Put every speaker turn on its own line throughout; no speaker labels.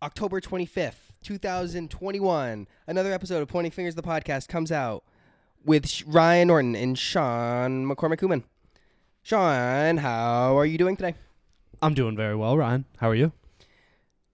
October 25th, 2021, another episode of Pointing Fingers the podcast comes out with Sh- Ryan Norton and Sean McCormick Hooman. Sean, how are you doing today?
I'm doing very well, Ryan. How are you?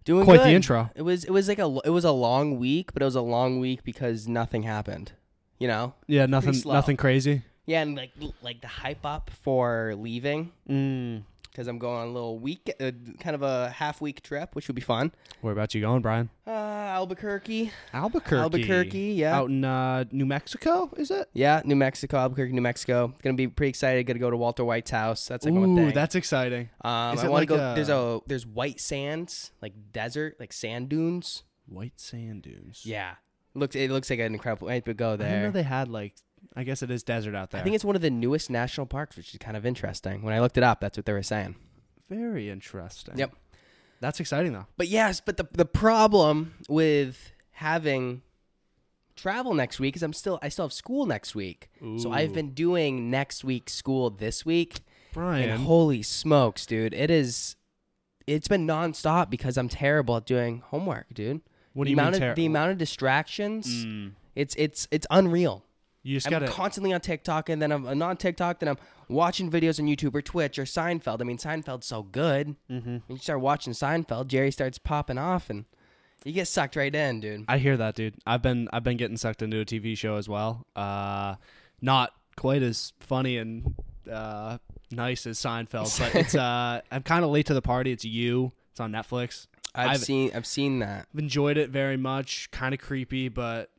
Doing
Quite the
good.
intro.
It was it was like a l- it was a long week, but it was a long week because nothing happened. You know?
Yeah, nothing,
slow.
nothing crazy.
Yeah, and like l- like the hype up for leaving
Mm.
because I'm going on a little week, uh, kind of a half week trip, which would be fun.
Where about you going, Brian?
Uh, Albuquerque,
Albuquerque.
Albuquerque, yeah.
Out in uh, New Mexico, is it?
Yeah, New Mexico, Albuquerque, New Mexico. Gonna be pretty excited. Gonna go to Walter White's house. That's like one
Ooh,
thing.
that's exciting.
um,
is
I
it
want
like
to go.
a-
There's a there's white sands, like desert, like sand dunes.
White sand dunes.
Yeah, looks it looks like an incredible. I could go
I didn't know
there.
they had like. I guess it is desert out there.
I think it's one of the newest national parks, which is kind of interesting. When I looked it up, that's what they were saying.
very interesting.
Yep.
That's exciting though.
But yes, but the the problem with having travel next week is I'm still I still have school next week. So I've
Ooh.
been doing next week's school this week.
Brian.
And holy smokes, dude. It is it's been nonstop because I'm terrible at doing homework, dude.
what
the
do you mean?
amount
ter-
of the amount of distractions,
Mm.
it's it's it's unreal.
You just
I'm
gotta.
constantly on TikTok and then I'm I'm on TikTok, then I'm watching videos on YouTube or Twitch or Seinfeld. I mean Seinfeld's so good.
Mhm.
When you start watching Seinfeld, Jerry starts popping off and you get sucked right in, dude.
I hear that, dude. I've been I've been getting sucked into a TV show as well. Uh, not quite as funny and uh, nice as Seinfeld, but it's uh, I'm kind of late to the party. It's you. It's on Netflix.
I've,
I've-
seen I've seen that.
I've enjoyed it very much. Kind of creepy, but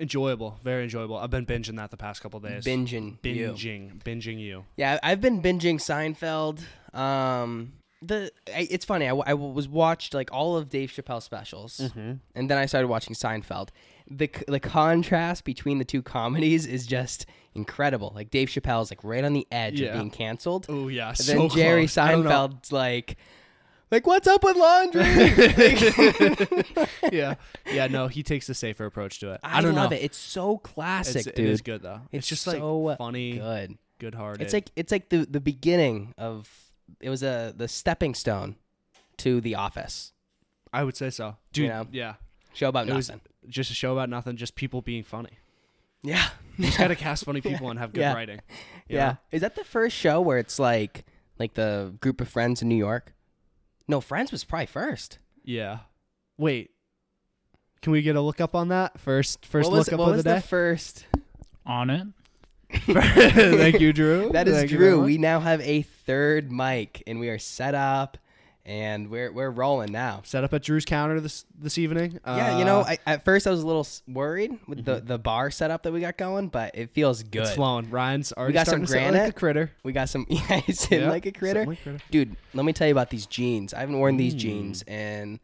enjoyable. Very enjoyable. I've been binging that the past couple days.
Binging. you.
binging, binging you.
Yeah, I've been binging Seinfeld. Um, the I, it's funny. I, w- I was watched like all of Dave Chappelle specials,
Mm-hmm.
and then I started watching Seinfeld. the c- The contrast between the two comedies is just incredible. Like Dave Chappelle's like right on the edge
Yeah.
of being canceled,
Oh yeah,
and
so
then Jerry
close. I don't know.
Seinfeld's like, like what's up with laundry?
yeah, yeah. No, he takes a safer approach to it. I,
I,
don't
love
know.
it. It's so classic,
It's,
dude.
it is good though. It's,
It's
just
so
like funny,
Good.
good-hearted.
It's like it's like the the beginning of it was a the stepping stone to the office
I would say so, dude.
know?
Yeah,
show about
It was-
nothing.
just a show about nothing, just people being funny.
yeah,
You just gotta cast funny people and have good
Yeah.
writing. you
yeah.
know?
Is that the first show where it's like like the group of friends in New York? No, Friends was probably first.
yeah. Wait, can we get a look up on that first? First
what was,
look up
what
of
was
the
the
day.
first?
on it.
Thank you, Drew.
That is
Thank you very
Drew.
much.
We now have a third mic, and we are set up, and we're we're rolling now.
set up at Drew's counter this this evening.
Yeah, you know,
Uh, mm-hmm.
I, at first I was a little s- worried with the, the bar setup that we got going, but it feels good.
it's flowing. Ryan's already
got
starting
some
to sound
granite.
like a critter.
We got some. Yeah, he's in
Yeah,
like a
something
critter.
like Hmm. critter.
Dude, let me tell you about these jeans. I haven't worn these jeans in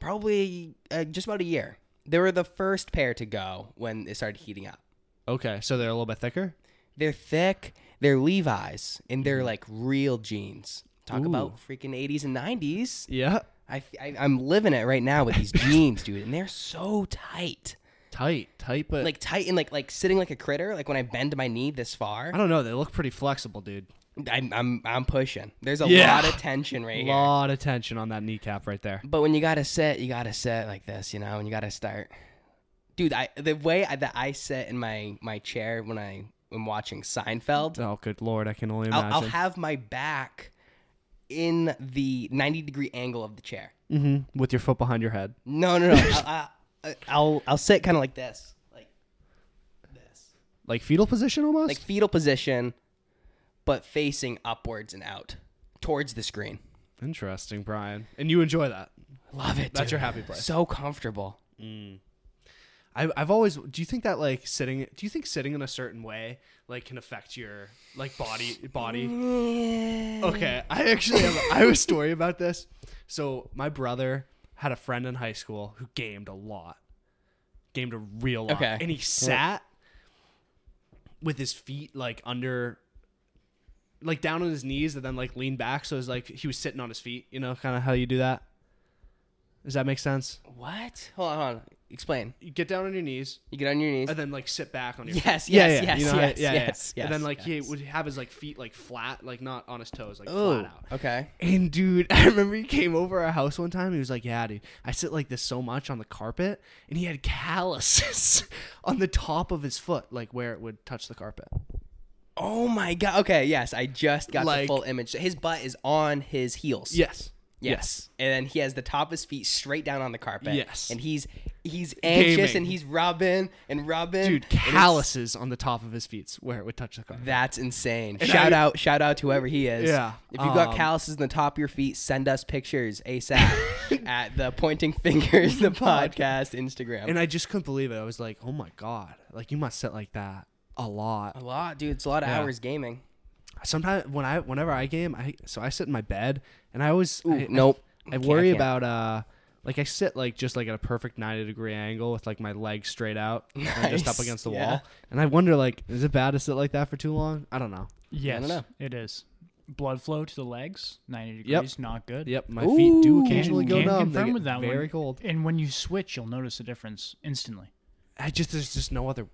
probably uh, just about a year. They were the first pair to go when it started heating up.
Okay, so they're a little bit thicker.
They're thick. They're Levi's, and
Mm-hmm.
they're like real jeans. Talk about freaking 80s and 90s.
Yeah,
I, I, I'm living it right now with these jeans, dude, and they're so tight.
tight, tight, but
Like tight and like like sitting like a critter. Like when I bend my knee this far,
I don't know. They look pretty flexible, dude.
I'm I'm, I'm pushing. There's a
Yeah.
lot of tension right here.
lot of tension on that kneecap right there.
But when you gotta set, you gotta set like this, you know, and you gotta start. Dude, I the way I, that I sit in my my chair when I am watching Seinfeld,
Oh, good lord! I can only
I'll,
imagine.
I'll have my back in the ninety degree angle of the chair.
mm-hmm. With your foot behind your head.
No, no, no. I'll, I'll I'll I'll sit kind of like this, like this,
like fetal position almost.
like fetal position, but facing upwards and out towards the screen.
Interesting, Brian. And you enjoy that.
Love it.
That's
dude.
your happy place.
So comfortable.
I, I've always. Do you think that like sitting? Do you think sitting in a certain way like can affect your like body body? Okay, I actually have. I have a story about this. So my brother had a friend in high school who gamed a lot, gamed a real lot,
Okay.
and he sat with his feet like under like down on his knees and then like leaned back so it was like he was sitting on his feet you know kind of how you do that Does that make sense?
What? Hold on, hold on. Explain.
You get down on your knees
You get on your knees.
and then like sit back on your feet.
Yes, yes,
Yeah,
yes,
yeah,
yes,
you know how-
yes,
yeah, yeah.
yes,
and then like
yes.
he would have his like feet like flat, like not on his toes, like
Oh,
flat out.
okay.
And dude, I remember he came over our house one time. He was like, "Yeah, dude, I sit like this so much on the carpet," and he had calluses on the top of his foot, like where it would touch the carpet.
Oh my god. Okay, yes, I just got the
Like-
full image. His butt is on his heels.
Yes.
Yes. And then he has the top of his feet straight down on the carpet.
Yes.
And he's he's anxious
Gaming.
and he's rubbing and rubbing.
Dude,
and it's-
calluses on the top of his feet where it would touch the carpet.
That's insane. shout
I-
out, shout out to whoever he is.
Yeah,
If you got
um,
calluses on the top of your feet, send us pictures ASAP at the pointing fingers the podcast Instagram.
And I just couldn't believe it. I was like, "Oh my god! Like you must sit like that a lot."
a lot, dude. It's a lot of
Yeah.
hours gaming.
Sometimes when I, whenever I game, I so I sit in my bed and I always I- I-
nope.
I
Can't-
worry
can't.
about uh like I sit like just like at a perfect 90 degree angle with like my legs straight out and just up
Nice,
against the
yeah.
wall. And I wonder like is it bad to sit like that for too long? I don't
I
know.
Yes,
don't know.
it is. Blood flow to the legs, 90 degrees,
Yep.
not good.
Yep, my feet do
Ooh.
occasionally go
Can
numb. They
confirm
get
with that one.
very cold.
And when you switch, you'll notice a difference instantly.
I just there's just no other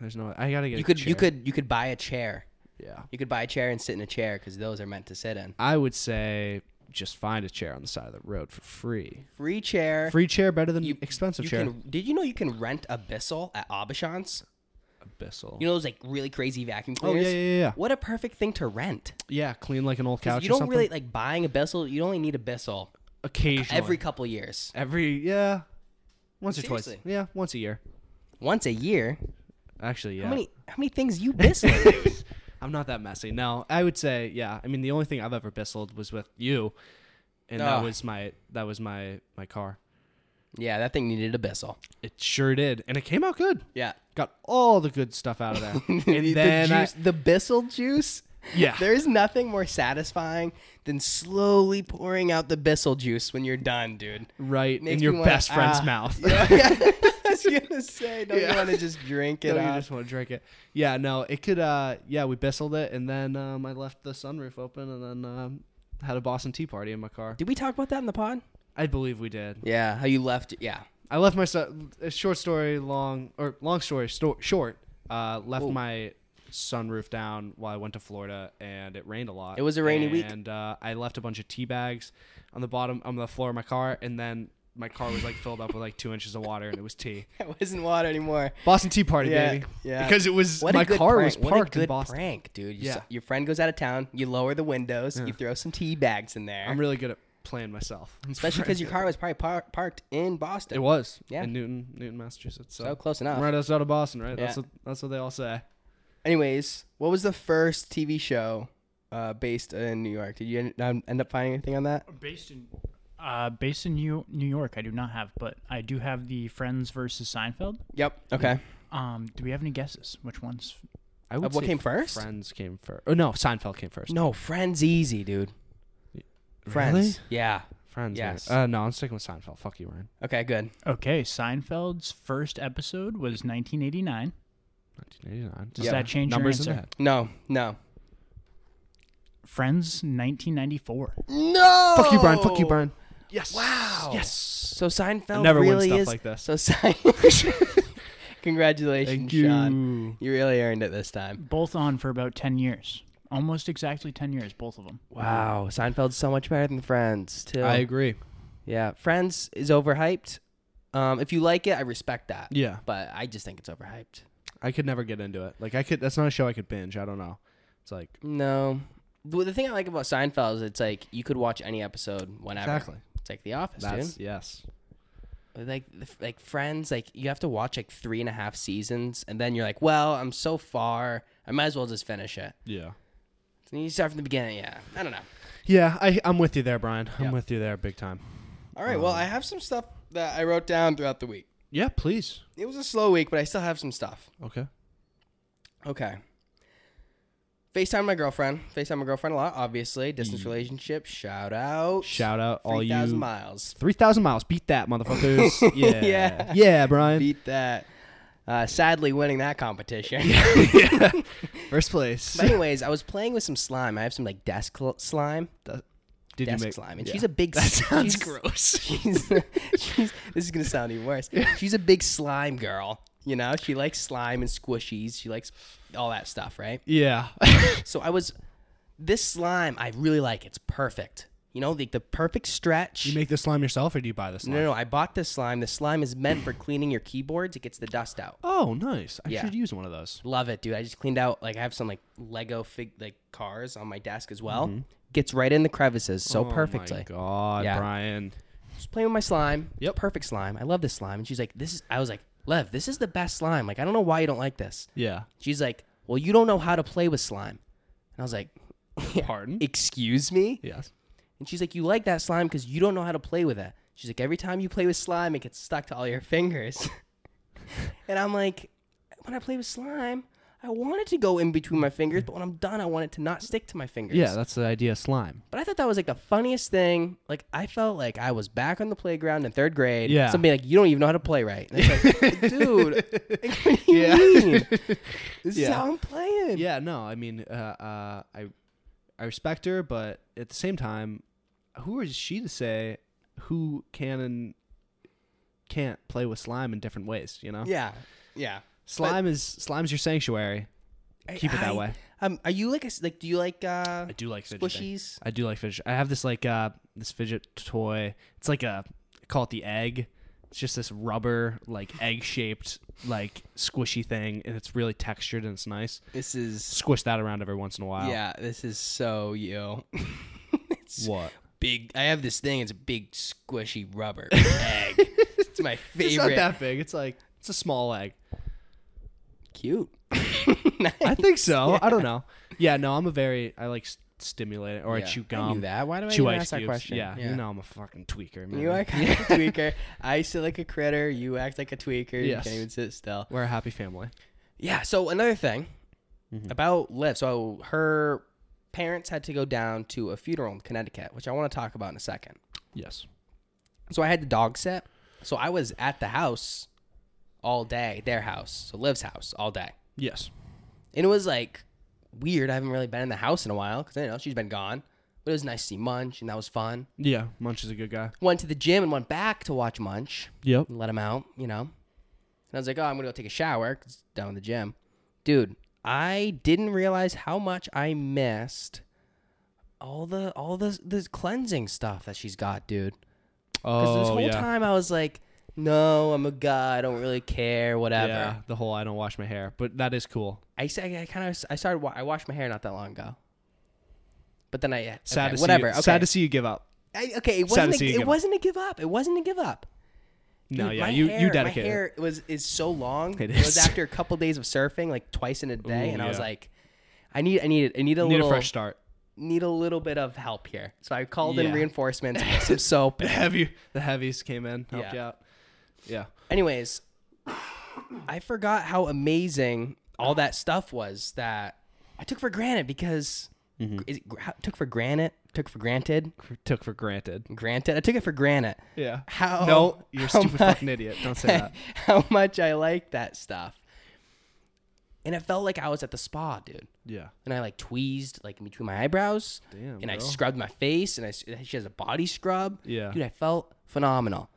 there's no I got to get
You
a
could you
chair.
could you could buy a chair.
yeah.
You could buy a chair and sit in a chair because those are meant to sit in.
I would say just find a chair on the side of the road for free.
Free chair.
Free chair better than
You-
expensive
you
chair.
Can, did you know you can rent a Bissell at Abishans?
Abyssal.
You know those like really crazy vacuum
oh yeah,
cleaners.
yeah, yeah, yeah.
What a perfect thing to rent.
Yeah, clean like an old
'Cause
couch
you
or
don't
something.
really like buying a Bissell. You only need a Bissell
Occasionally.
every couple years,
every yeah. Once or twice.
Seriously.
Yeah, once a year.
once a year.
Actually, yeah.
How many how many things you Bissell?
I'm not that messy. No, I would say, yeah. I mean, the only thing I've ever bissled was with you, and
Ah.
that was my that was my my car.
yeah, that thing needed a Bissell.
It sure did, and it came out good.
Yeah.
Got all the good stuff out of there, and then
the
I-
juice, the Bissell juice.
yeah,
There is nothing more satisfying than slowly pouring out the Bissell juice when you're done, dude.
right
Makes
in your
me wanna-
best friend's
ah.
mouth.
Yeah. I was gonna say, don't you
Yeah.
want to just drink it
No, you
off?
just want to drink it. Yeah, no, it could. uh Yeah, we bissled it, and then um, I left the sunroof open, and then um, had a Boston Tea party in my car.
Did we talk about that in the pod?
I believe we did.
Yeah, how you left? Yeah,
I left my son. a Short story, long or long story sto- short. Uh, left
Whoa.
my sunroof down while I went to Florida, and it rained a lot.
It was a rainy week.
and uh, I left a bunch of tea bags on the bottom on the floor of my car, and then my car was like filled up with like two inches of water, and it was tea.
it wasn't water anymore.
Boston Tea Party,
Yeah,
baby.
yeah.
Because it was
What
my
a good
car
prank.
was
what a
parked
good
in Boston.
prank, dude. You s-
Yeah.
your friend goes out of town. You lower the windows. You throw some tea bags in there,
I'm really good at playing myself,
especially because your car was probably par- parked in Boston.
It was
Yeah.
in Newton, Newton, Massachusetts. So,
so close enough.
right outside of Boston, right? That's
Yeah.
what that's what they all say.
Anyways, what was the first TV show uh, based in New York? Did you end, um, end up finding anything on that?
Based in uh, based in New, New York, I do not have, but I do have the Friends versus Seinfeld.
Yep. Okay.
Mm.
Um, do we have any guesses? Which ones?
I would
Of what
say
came first?
Friends came first. Oh no, Seinfeld came first.
No, Friends easy, dude. Friends.
Really?
Yeah.
Friends. man.
Yes.
Uh, no, I'm sticking with Seinfeld. Fuck you, Ryan.
Okay. Good.
Okay, Seinfeld's first episode was 1989.
1989.
Does that change your
numbers in
answer?
the head?
No. No.
Friends, 1994.
No.
Fuck you, Brian. Fuck you, Brian. Yes.
Wow.
Yes.
So Seinfeld
I never win
really
stuff
is
like this.
So Seinfeld. Congratulations,
Thank
Sean.
you.
You really earned it this time.
Both on for about 10 years. Almost exactly 10 years, both of them.
Wow, Seinfeld's so much better than Friends too.
I agree.
yeah, Friends is overhyped. Um, if you like it, I respect that.
Yeah.
But I just think it's overhyped.
I could never get into it. Like I could. That's not a show I could binge. I don't know. It's like
No. Well, the thing I like about Seinfeld is it's like you could watch any episode whenever.
exactly.
It's like The Office,
That's yes.
dude. Like, like Friends, like you have to watch like three and a half seasons, and then you're like, well, I'm so far, I might as well just finish it.
Yeah.
And you start from the beginning. Yeah, I don't know.
Yeah. I I'm with you there, Brian. I'm
Yeah.
with you there, big time.
All right. well, I have some stuff that I wrote down throughout the week.
Yeah. Please.
It was a slow week, but I still have some stuff.
Okay.
Okay. FaceTime my girlfriend. FaceTime my girlfriend a lot, obviously. Distance relationship. Mm. Shout out.
Shout out all
Three
you.
thousand miles.
Three thousand miles. Beat that, motherfuckers. yeah.
Yeah.
yeah. Brian.
Beat that. Uh, sadly, winning that competition.
First place.
but anyways, I was playing with some slime. I have some like desk cl- slime.
That- Did
desk
you make
slime, and
yeah.
she's a big.
That sounds
she's-
gross.
She's, she's, this is gonna sound even worse. She's a big slime girl. You know, she likes slime and squishies. She likes all that stuff, right?
yeah.
So I was this slime. I really like. It's perfect. You know, like the perfect stretch.
you make the slime yourself, or do you buy the slime?
no, no, no, I bought this slime. The slime is meant for cleaning your keyboards. It gets the dust out.
Oh, nice. I
Yeah.
should use one of those.
Love it, dude. I just cleaned out like I have some like Lego fig like cars on my desk as well. Gets right in the crevices so
Mm-hmm. Oh my
perfectly.
God,
Yeah.
Brian.
Just playing with my slime.
Yep.
Perfect slime. I love this slime. And she's like, This is I was like, Lev, this is the best slime. Like, I don't know why you don't like this.
Yeah.
She's like, Well, you don't know how to play with slime. And I was like,
Pardon?
Excuse me?
Yes.
And she's like, You like that slime because you don't know how to play with it. She's like, Every time you play with slime, it gets stuck to all your fingers. and I'm like, When I play with slime, I want it to go in between my fingers, but when I'm done, I want it to not stick to my fingers.
Yeah, that's the idea of slime.
But I thought that was like the funniest thing. Like, I felt like I was back on the playground in third grade.
Yeah.
Somebody like, You don't even know how to play right. And it's like, Dude, like, what do you
Yeah.
mean? This is
Yeah.
how I'm playing.
Yeah, no, I mean, uh, uh, I, I respect her, but at the same time, who is she to say who can and can't play with slime in different ways? You know,
Yeah. Yeah.
slime is slime's your sanctuary. Keep it that
I-
way.
Um, are you like a, s- like? Do you like uh,
I do like fidget thing.
squishies?
I do like fidget. I have this like uh this fidget toy. It's like a I call it the egg. It's just this rubber like egg shaped like squishy thing, and it's really textured and it's nice.
This is
Squish that around every once in a while.
yeah. This is so you. it's
What?
big. I have this thing. It's a big squishy rubber egg. it's my
It's not
favorite.
that big. It's like it's a small egg.
cute.
I think so. I don't know. Yeah, no, I'm a very I like s- stimulate it or I
Yeah,
chew
I
gum.
knew that. Why do I
Chew
even
ice
ask that
cubes.
question?
Yeah, you know I'm a fucking tweaker, man.
You act like a tweaker. I sit like a critter. You act like a tweaker. You
Yes.
can't even sit still.
We're a happy family.
Yeah. So another thing about Liv. So her parents had to go down to a funeral in Connecticut, which I want to talk about in a second.
Yes.
So I had the dog set. So I was at the house all day, their house, so Liv's house all day.
Yes.
And it was like weird. I haven't really been in the house in a while because I know she's been gone. But it was nice to see Munch, and that was fun.
Yeah, Munch is a good guy.
Went to the gym and went back to watch Munch
Yep.
and let him out, you know. And I was like, oh, I'm gonna go take a shower 'cause it's down in the gym, dude. I didn't realize how much I missed all the all the the cleansing stuff that she's got, dude. Because
Oh,
this whole
yeah.
time I was like, no, I'm a guy. I don't really care. Whatever.
Yeah, the whole I don't wash my hair, but that is cool.
I sa- I kind of I started. Wa- I washed my hair not that long ago. But then I yeah,
Sad
okay,
to
whatever.
see. You,
okay.
Sad to see you give up.
I, okay, it
sad to
wasn't.
see you
A, it
give up.
wasn't a give up. It wasn't a give up.
No,
Dude,
yeah,
my
you
hair,
you
My
dedicate.
hair was is so long.
It
It,
is.
was after a couple days of surfing, like twice in a day,
Ooh,
and I was
yeah.
like, I need I need I need a
Need
little
a fresh start.
need a little bit of help here. So I called
Yeah.
in reinforcements, some soap.
The heavy, the heavies came in, helped
Yeah.
you out. Yeah.
Anyways, I forgot how amazing all that stuff was that I took for granted because
Mm-hmm.
is it, gr- how- took for granted, took for granted,
Took for granted.
granted. I took it for granted.
Yeah.
How
No, you're a
how
stupid
mu-
fucking idiot. Don't say that.
how much I like that stuff. And it felt like I was at the spa, dude.
Yeah.
And I like tweezed like in between my eyebrows,
Damn,
and I
bro.
scrubbed my face, and I s- she has a body scrub.
Yeah.
dude, I felt phenomenal.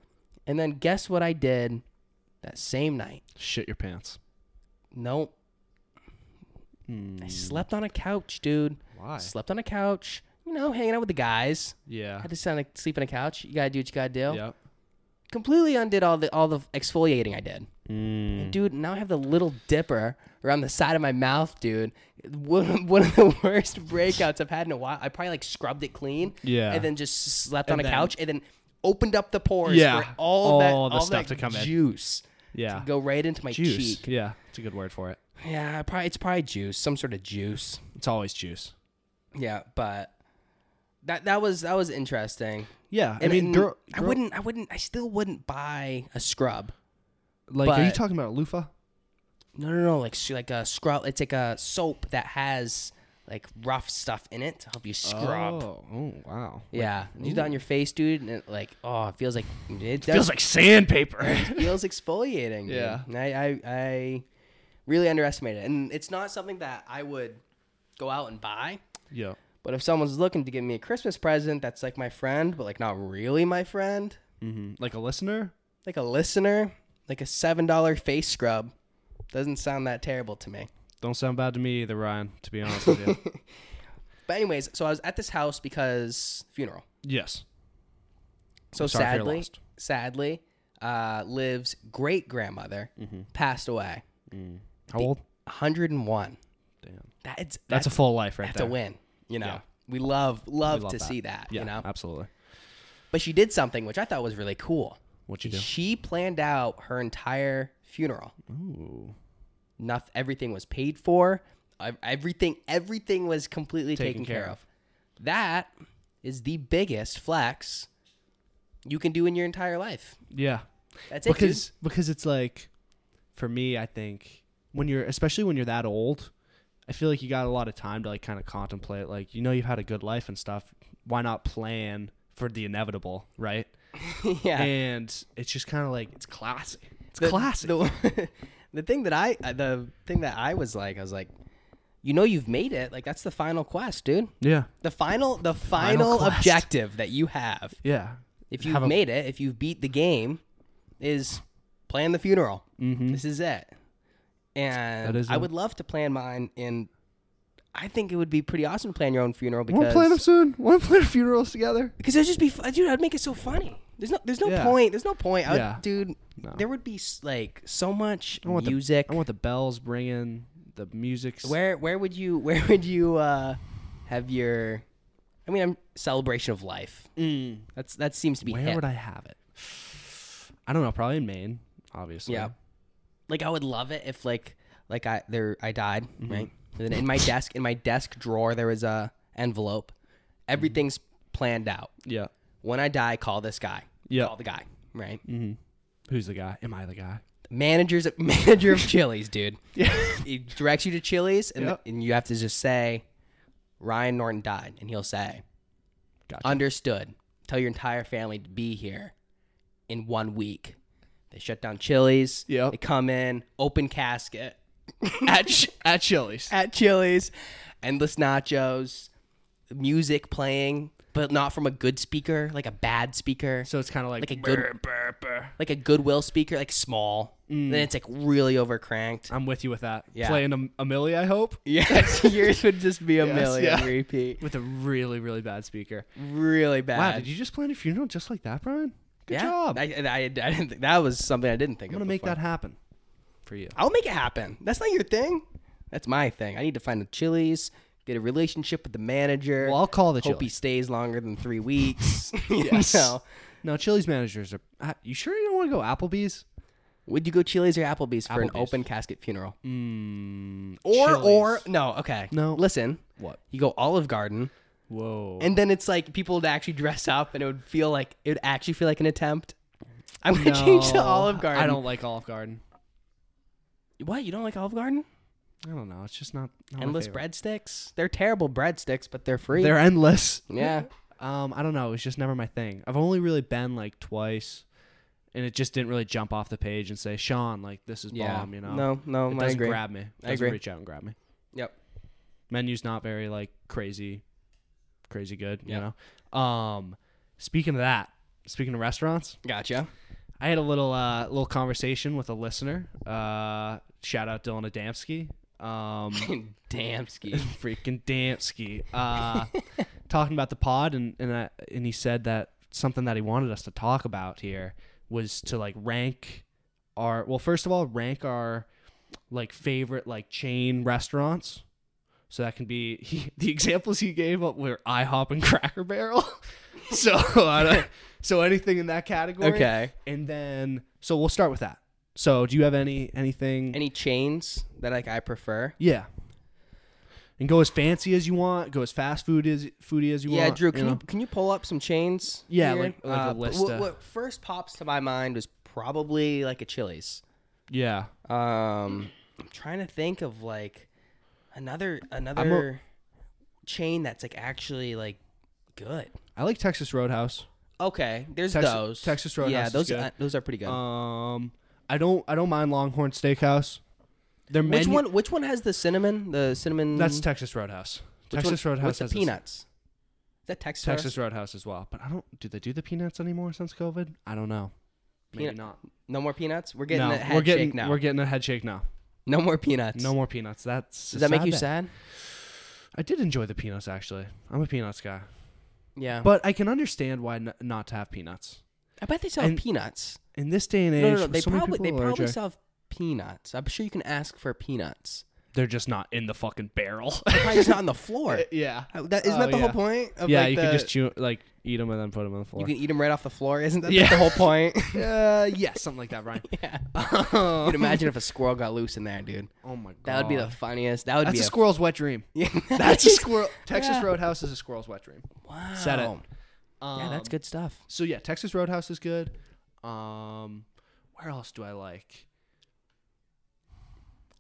And then guess what I did that same night?
Shit your pants.
Nope. I slept on a couch, dude.
Hmm. Why?
Slept on a couch. You know, hanging out with the guys.
Yeah.
Had to sound like sleep on a couch. You gotta do what you gotta do.
Yep.
Completely undid all the all the exfoliating I did.
Mm.
And dude, now I have the little dipper around the side of my mouth, dude. One, one of the worst breakouts I've had in a while. I probably like scrubbed it clean.
Yeah.
And then just slept on
And
a
then-
couch and then opened up the pores
Yeah.
for all, that,
All
all
the stuff
that
to come in.
juice
Yeah.
to go right into my
juice.
cheek.
Yeah. It's a good word for it.
Yeah, probably it's probably juice, some sort of juice.
It's always juice.
Yeah, but that that was that was interesting.
Yeah. I
And-
mean,
and
girl,
I wouldn't, I wouldn't, I still wouldn't buy a scrub.
Like, are you
but-
talking about loofah?
No, no, no, like s- like a scrub. It's like a soap that has like rough stuff in it to help you scrub.
Oh, oh, wow.
Yeah, you do that on your face, dude, and it, like, oh, it feels like it,
Feels
does-
like sandpaper.
feels exfoliating. dude.
Yeah.
And I, I, I really underestimated it, and it's not something that I would go out and buy.
yeah.
But if someone's looking to give me a Christmas present, that's like my friend, but like not really my friend,
Mm-hmm. Like a listener?
like a listener, like a $7 face scrub, doesn't sound that terrible to me.
Don't sound bad to me either, Ryan, to be honest with you.
But, anyways, so I was at this house because funeral.
yes.
So
Sorry for your
sadly,
loss.
sadly, uh, Liv's great grandmother
Mm-hmm.
passed away,
How old?
101.
Damn.
That's that's,
That's, a full life right
that's
there.
a win. You know,
Yeah.
we love love,
We love
to
that.
see that.
Yeah,
You know,
absolutely.
but she did something which I thought was really cool.
What you do?
She planned out her entire funeral.
Ooh.
Nothing, everything was paid for. Ev- Everything, everything was completely taken,
Taken
care,
care
of. That is the biggest flex you can do in your entire life.
Yeah.
That's it. dude.
because because it's like for me i think when you're especially when you're that old i feel like you got a lot of time to like kind of contemplate like you know you've had a good life and stuff why not plan for the inevitable right
yeah.
and it's just kind of like it's classy it's
the-
classy
The, the thing that I uh, the thing that I was like, I was like, you know, you've made it. Like that's the final quest, dude.
yeah
The final the final,
Final quest.
objective that you have,
yeah
if you've
Have a-
made it, if you've beat the game, is plan the funeral. This is it. And
Mm-hmm. That is
I
it.
would love to plan mine. And I think it would be pretty awesome to plan your own funeral
we'll plan them
because
soon we'll plan funerals together
because it'd just be fu- dude. I'd make it so funny. There's no there's no
Yeah.
point. There's no point. I would,
Yeah.
dude.
No.
There would be s- like so much
want the-
music.
i want the bells ringing the music
Where where would you where would you uh, have your? I mean, I'm celebration of life. That's that seems to be
Mm. where
hip.
would i have it i don't know probably in maine obviously
Yeah. Like I would love it if like like I there I died right. And then in my desk in my desk drawer there was a envelope. Everything's planned out.
yeah
When I die, call this guy.
Yeah.
Call the guy. Right.
Who's the guy? Am I the guy?
Managers manager of Chili's, dude.
Yeah.
He directs you to Chili's and
Yep.
and you have to just say Ryan Norton died and he'll say
Gotcha.
Understood. Tell your entire family to be here in one week. They shut down Chili's.
Yep.
They come in, open casket
at, Ch- at Chili's.
at Chili's, endless nachos, music playing, but not from a good speaker, like a bad speaker,
So it's kind of like,
like a good, like a Goodwill speaker, like small.
Mm.
Then it's like really over cranked.
I'm with you with that.
Yeah.
Playing a, a milli, I hope,
Yes, yours would just be a
Yes,
million
yeah.
repeat.
with a really, really bad speaker.
Really bad.
Wow, did you just plan a funeral just like that, Brian? Good
yeah,
job.
I,
I,
I, I, I didn't think, that was something I didn't think
am
of.
going to make
before.
that happen for you.
I'll make it happen. That's not your thing. That's my thing. I need to find a Chili's, get a relationship with the manager.
Well, I'll call the
hope he
Chili's.
stays longer than three weeks. You
Yes.
know?
No, Chili's managers are. Uh, you sure you don't want to go Applebee's?
Would you go Chili's or Applebee's for an
Applebee's.
open casket funeral?
Mm,
Or
Chili's.
or no, okay.
No.
Listen.
What?
You go Olive Garden
Whoa.
and then it's like people would actually dress up and it would feel like it would actually feel like an attempt. I'm gonna change to
No,
Olive Garden.
I don't like Olive Garden.
What, you don't like Olive Garden?
I don't know. It's just not. not my
Endless
favorite.
breadsticks? They're terrible breadsticks, but they're free.
They're endless.
yeah.
Um, I don't know. It was just never my thing. I've only really been like twice, and it just didn't really jump off the page and say, "Sean, like this is
Yeah.
bomb." You know,
No, no,
it
I
doesn't
agree.
grab me. It
I
doesn't
agree.
reach out and grab me.
Yep.
Menu's not very like crazy, crazy good.
Yeah.
You know. Um, speaking of that, speaking of restaurants,
Gotcha.
I had a little uh little conversation with a listener. Uh, shout out Dylan Adamski. Um.
Damn ski.
freaking Damsky, uh, talking about the pod, and and I, and he said that something that he wanted us to talk about here was to like rank our well, first of all, rank our like favorite like chain restaurants. So that can be he, the examples he gave up were IHOP and Cracker Barrel. so I don't- so anything in that category.
Okay.
And then so we'll start with that. So do you have any anything
Any chains that like I prefer?
yeah. And go as fancy as you want. Go as fast food as foodie as you
yeah,
want.
Drew, can you,
know.
can you pull up some chains?
Yeah,
here?
like- like a
Uh, but
list,
What,
uh,
what first pops to my mind was probably like a Chili's.
Yeah,
Um, I'm trying to think of like another
I'm
another chain that's like actually like good.
I like Texas Roadhouse.
Okay, there's
Texas-
those
Texas Roadhouse
Yeah,
is
those
good.
uh, those are pretty good.
Um, I don't, I don't mind Longhorn Steakhouse. Their
which
menu-
one? Which one has the cinnamon? The cinnamon.
That's Texas Roadhouse.
Which
Texas
one-
Roadhouse
What's the
has this-
peanuts? Is that Texas?
Texas Roadhouse as well. But I don't. Do they do the peanuts anymore since COVID? I don't know. Maybe
Peanut-
not.
No more peanuts. We're getting
no,
a head
we're getting
shake now.
we're getting a head shake now.
no more peanuts.
No more peanuts. That's
Does that make you
sad?
sad?
I did enjoy the peanuts actually. I'm a peanuts guy,
Yeah.
but I can understand why n- not to have peanuts
I bet they sell
and-
peanuts.
in this day and age.
No, no, no.
with
They
so many
probably they
people
probably
allergic,
sell peanuts. I'm sure you can ask for peanuts.
They're just not in the fucking barrel.
They're probably just not on the floor.
yeah,
Uh, That, isn't
Oh,
that the whole
yeah.
point? Of
yeah.
like,
you
the,
can just chew like eat them and then put them on
you
the floor.
can eat them right off the floor. Isn't that
Yeah.
the whole point?
uh, yeah, something like that, Ryan.
yeah.
Um,
Dude, imagine if a squirrel got loose in there, dude.
oh my god,
That would be the funniest. That would
That's
be
a squirrel's wet dream.
Yeah.
That's a squirrel. Texas
Yeah.
Roadhouse is a squirrel's wet dream.
wow.
Said it.
Yeah, that's
Um,
good stuff.
So yeah, Texas Roadhouse is good. Um, where else do I like?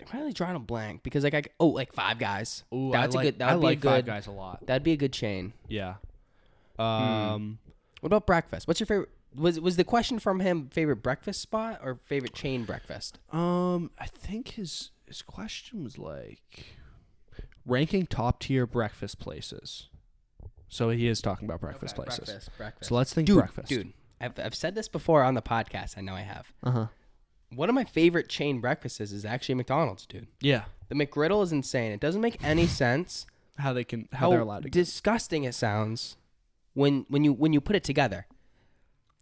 I'm really drawing a blank because like I oh like Five Guys.
Ooh,
that's
I
a
like,
good. That
I
would be
like
a good.
Five Guys a lot.
That'd be a good chain.
Yeah. Um,
What about breakfast? What's your favorite? Was was the question from him favorite breakfast spot or favorite chain breakfast?
um, I think his his question was like ranking top tier breakfast places. So he is talking about breakfast places.
Breakfast, breakfast.
So let's think
dude,
breakfast.
dude. I've, I've said this before on the podcast. I know I have.
Uh huh.
One of my favorite chain breakfasts is actually McDonald's, dude.
Yeah.
The McGriddle is insane. It doesn't make any sense.
How they can
Oh,
how they're allowed to get
disgusting it sounds when when you when you put it together.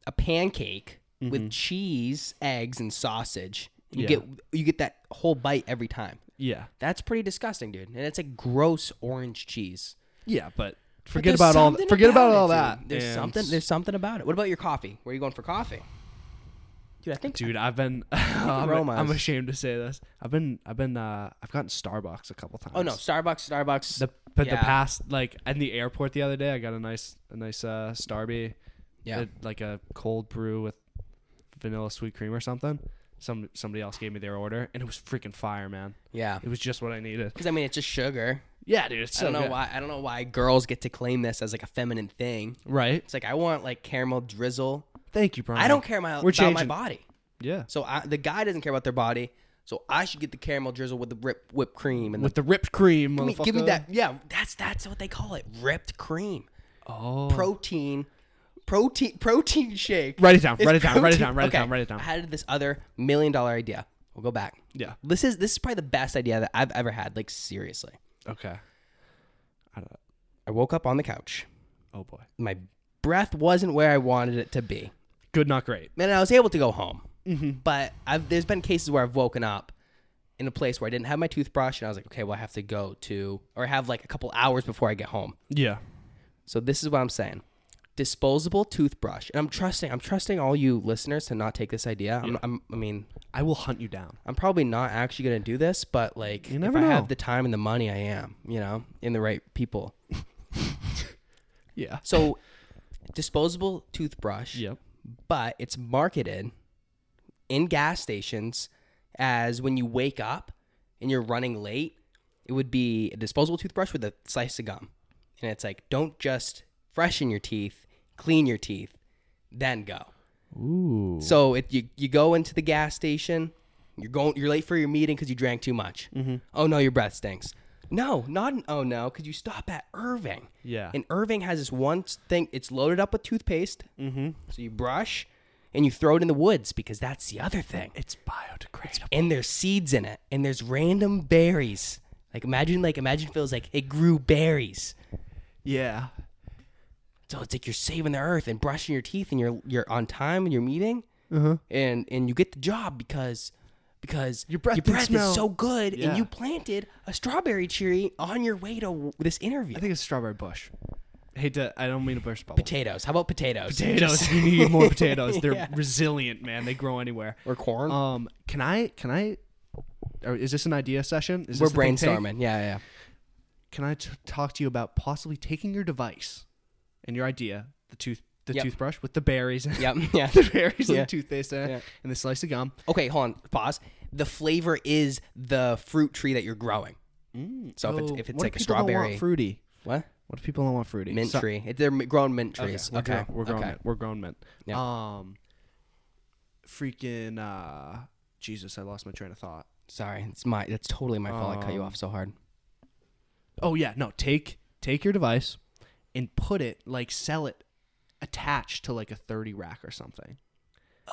A pancake with cheese, eggs, and sausage. You
Mm-hmm. Yeah.
get you get that whole bite every time.
yeah
That's pretty disgusting, dude. And it's like gross orange cheese.
yeah but
But
forget
there's
about all
something
forget about,
it,
all
dude.
that.
There's
and-
something there's something about it. What about your coffee? Where are you going for coffee? Dude, I think
Dude, I've been. I'm,
Roma's.
I'm ashamed to say this. I've been. I've been. Uh, I've gotten Starbucks a couple times.
Oh no, Starbucks, Starbucks.
The but
Yeah.
the past like in the airport the other day, I got a nice a nice uh, Starby,
yeah.
It- like a cold brew with vanilla sweet cream or something. Some somebody else gave me their order, and it was freaking fire, man.
yeah.
It was just what I needed.
Cuz I mean it's just sugar.
Yeah, dude. It's
I don't
so
know
good.
why I don't know why girls get to claim this as like a feminine thing.
Right.
It's like I want like caramel drizzle.
Thank you, Brian.
I don't care my,
We're
about my
changing.
body.
Yeah.
So I, the guy doesn't care about their body. So I should get the caramel drizzle with the rip, whipped cream and
With the ripped cream,
the, give, me, give me
motherfucker.
that. Yeah, that's that's what they call it, ripped cream.
Oh.
Protein, protein, protein shake.
Write it down,
It's
write it down, write
protein-
it down, write it
okay,
down, write it down.
I had this other million dollar idea. We'll go back.
Yeah.
This is this is probably the best idea that I've ever had. Like seriously,
Okay. I don't,
I woke up on the couch.
oh boy.
My breath wasn't where I wanted it to be.
Good, not great.
man, I was able to go home.
Mm-hmm.
But I've, there's been cases where I've woken up in a place where I didn't have my toothbrush, and I was like, okay, well, I have to go to or have like a couple hours before I get home.
Yeah.
So this is what I'm saying: disposable toothbrush. And I'm trusting, I'm trusting all you listeners to not take this idea. I'm, I'm, I mean,
I will hunt you down.
I'm probably not actually gonna do this, but like,
You
if
never
I
know.
have the time and the money, I am. You know, in the right people.
Yeah.
So, disposable toothbrush.
Yep.
but it's marketed in gas stations as when you wake up and you're running late, it would be a disposable toothbrush with a slice of gum. And it's like, don't just freshen your teeth, clean your teeth, then go.
Ooh.
So it, you, you go into the gas station, you're going you're late for your meeting because you drank too much. Oh no, your breath stinks. No, not an oh no, because you stop at Irving.
Yeah.
And Irving has this one thing. It's loaded up with toothpaste. Mm-hmm. So you brush and you throw it in the woods because that's the other thing.
It's biodegradable.
And there's seeds in it, and there's random berries. Like imagine, like imagine if it was like it grew berries.
Yeah.
So it's like you're saving the earth and brushing your teeth, and you're you're on time in your meeting, and and you get the job because because
Uh-huh. Your breath
your
didn't
breath
smell.
is so good,
Yeah.
and you planted a strawberry cherry on your way to w- this interview.
I think it's strawberry bush. Hate to. I don't mean to burst bubble.
potatoes. How about potatoes?
potatoes.
Just-
you need more potatoes. They're resilient, man. They grow anywhere.
or corn.
Um. Can I? Can I? Or is this an idea session? Is
We're
this the think tank?
brainstorming. Yeah, yeah.
Can I t- talk to you about possibly taking your device and your idea, the tooth, the
Yep.
toothbrush with the berries,
yeah. Yep. Yeah.
the berries
Yeah.
and the toothpaste in it,
Yeah.
and the slice of gum.
Okay, hold on. Pause. The flavor is the fruit tree that you're growing. so if it's
Oh,
if it's
what
like a
people don't want
strawberry,
fruity.
what
What if people don't want fruity?
mint
So-
tree? It, they're m- growing mint
Okay,
trees.
we're
Okay,
grown- we're grown
okay.
mint. We're grown mint.
Yeah.
Um, freaking uh, Jesus! I lost my train of thought. Um,
Sorry, it's my. That's totally my fault. I cut you off so hard.
Oh yeah, no, take take your device and put it like sell it attached to like a 30 rack or something.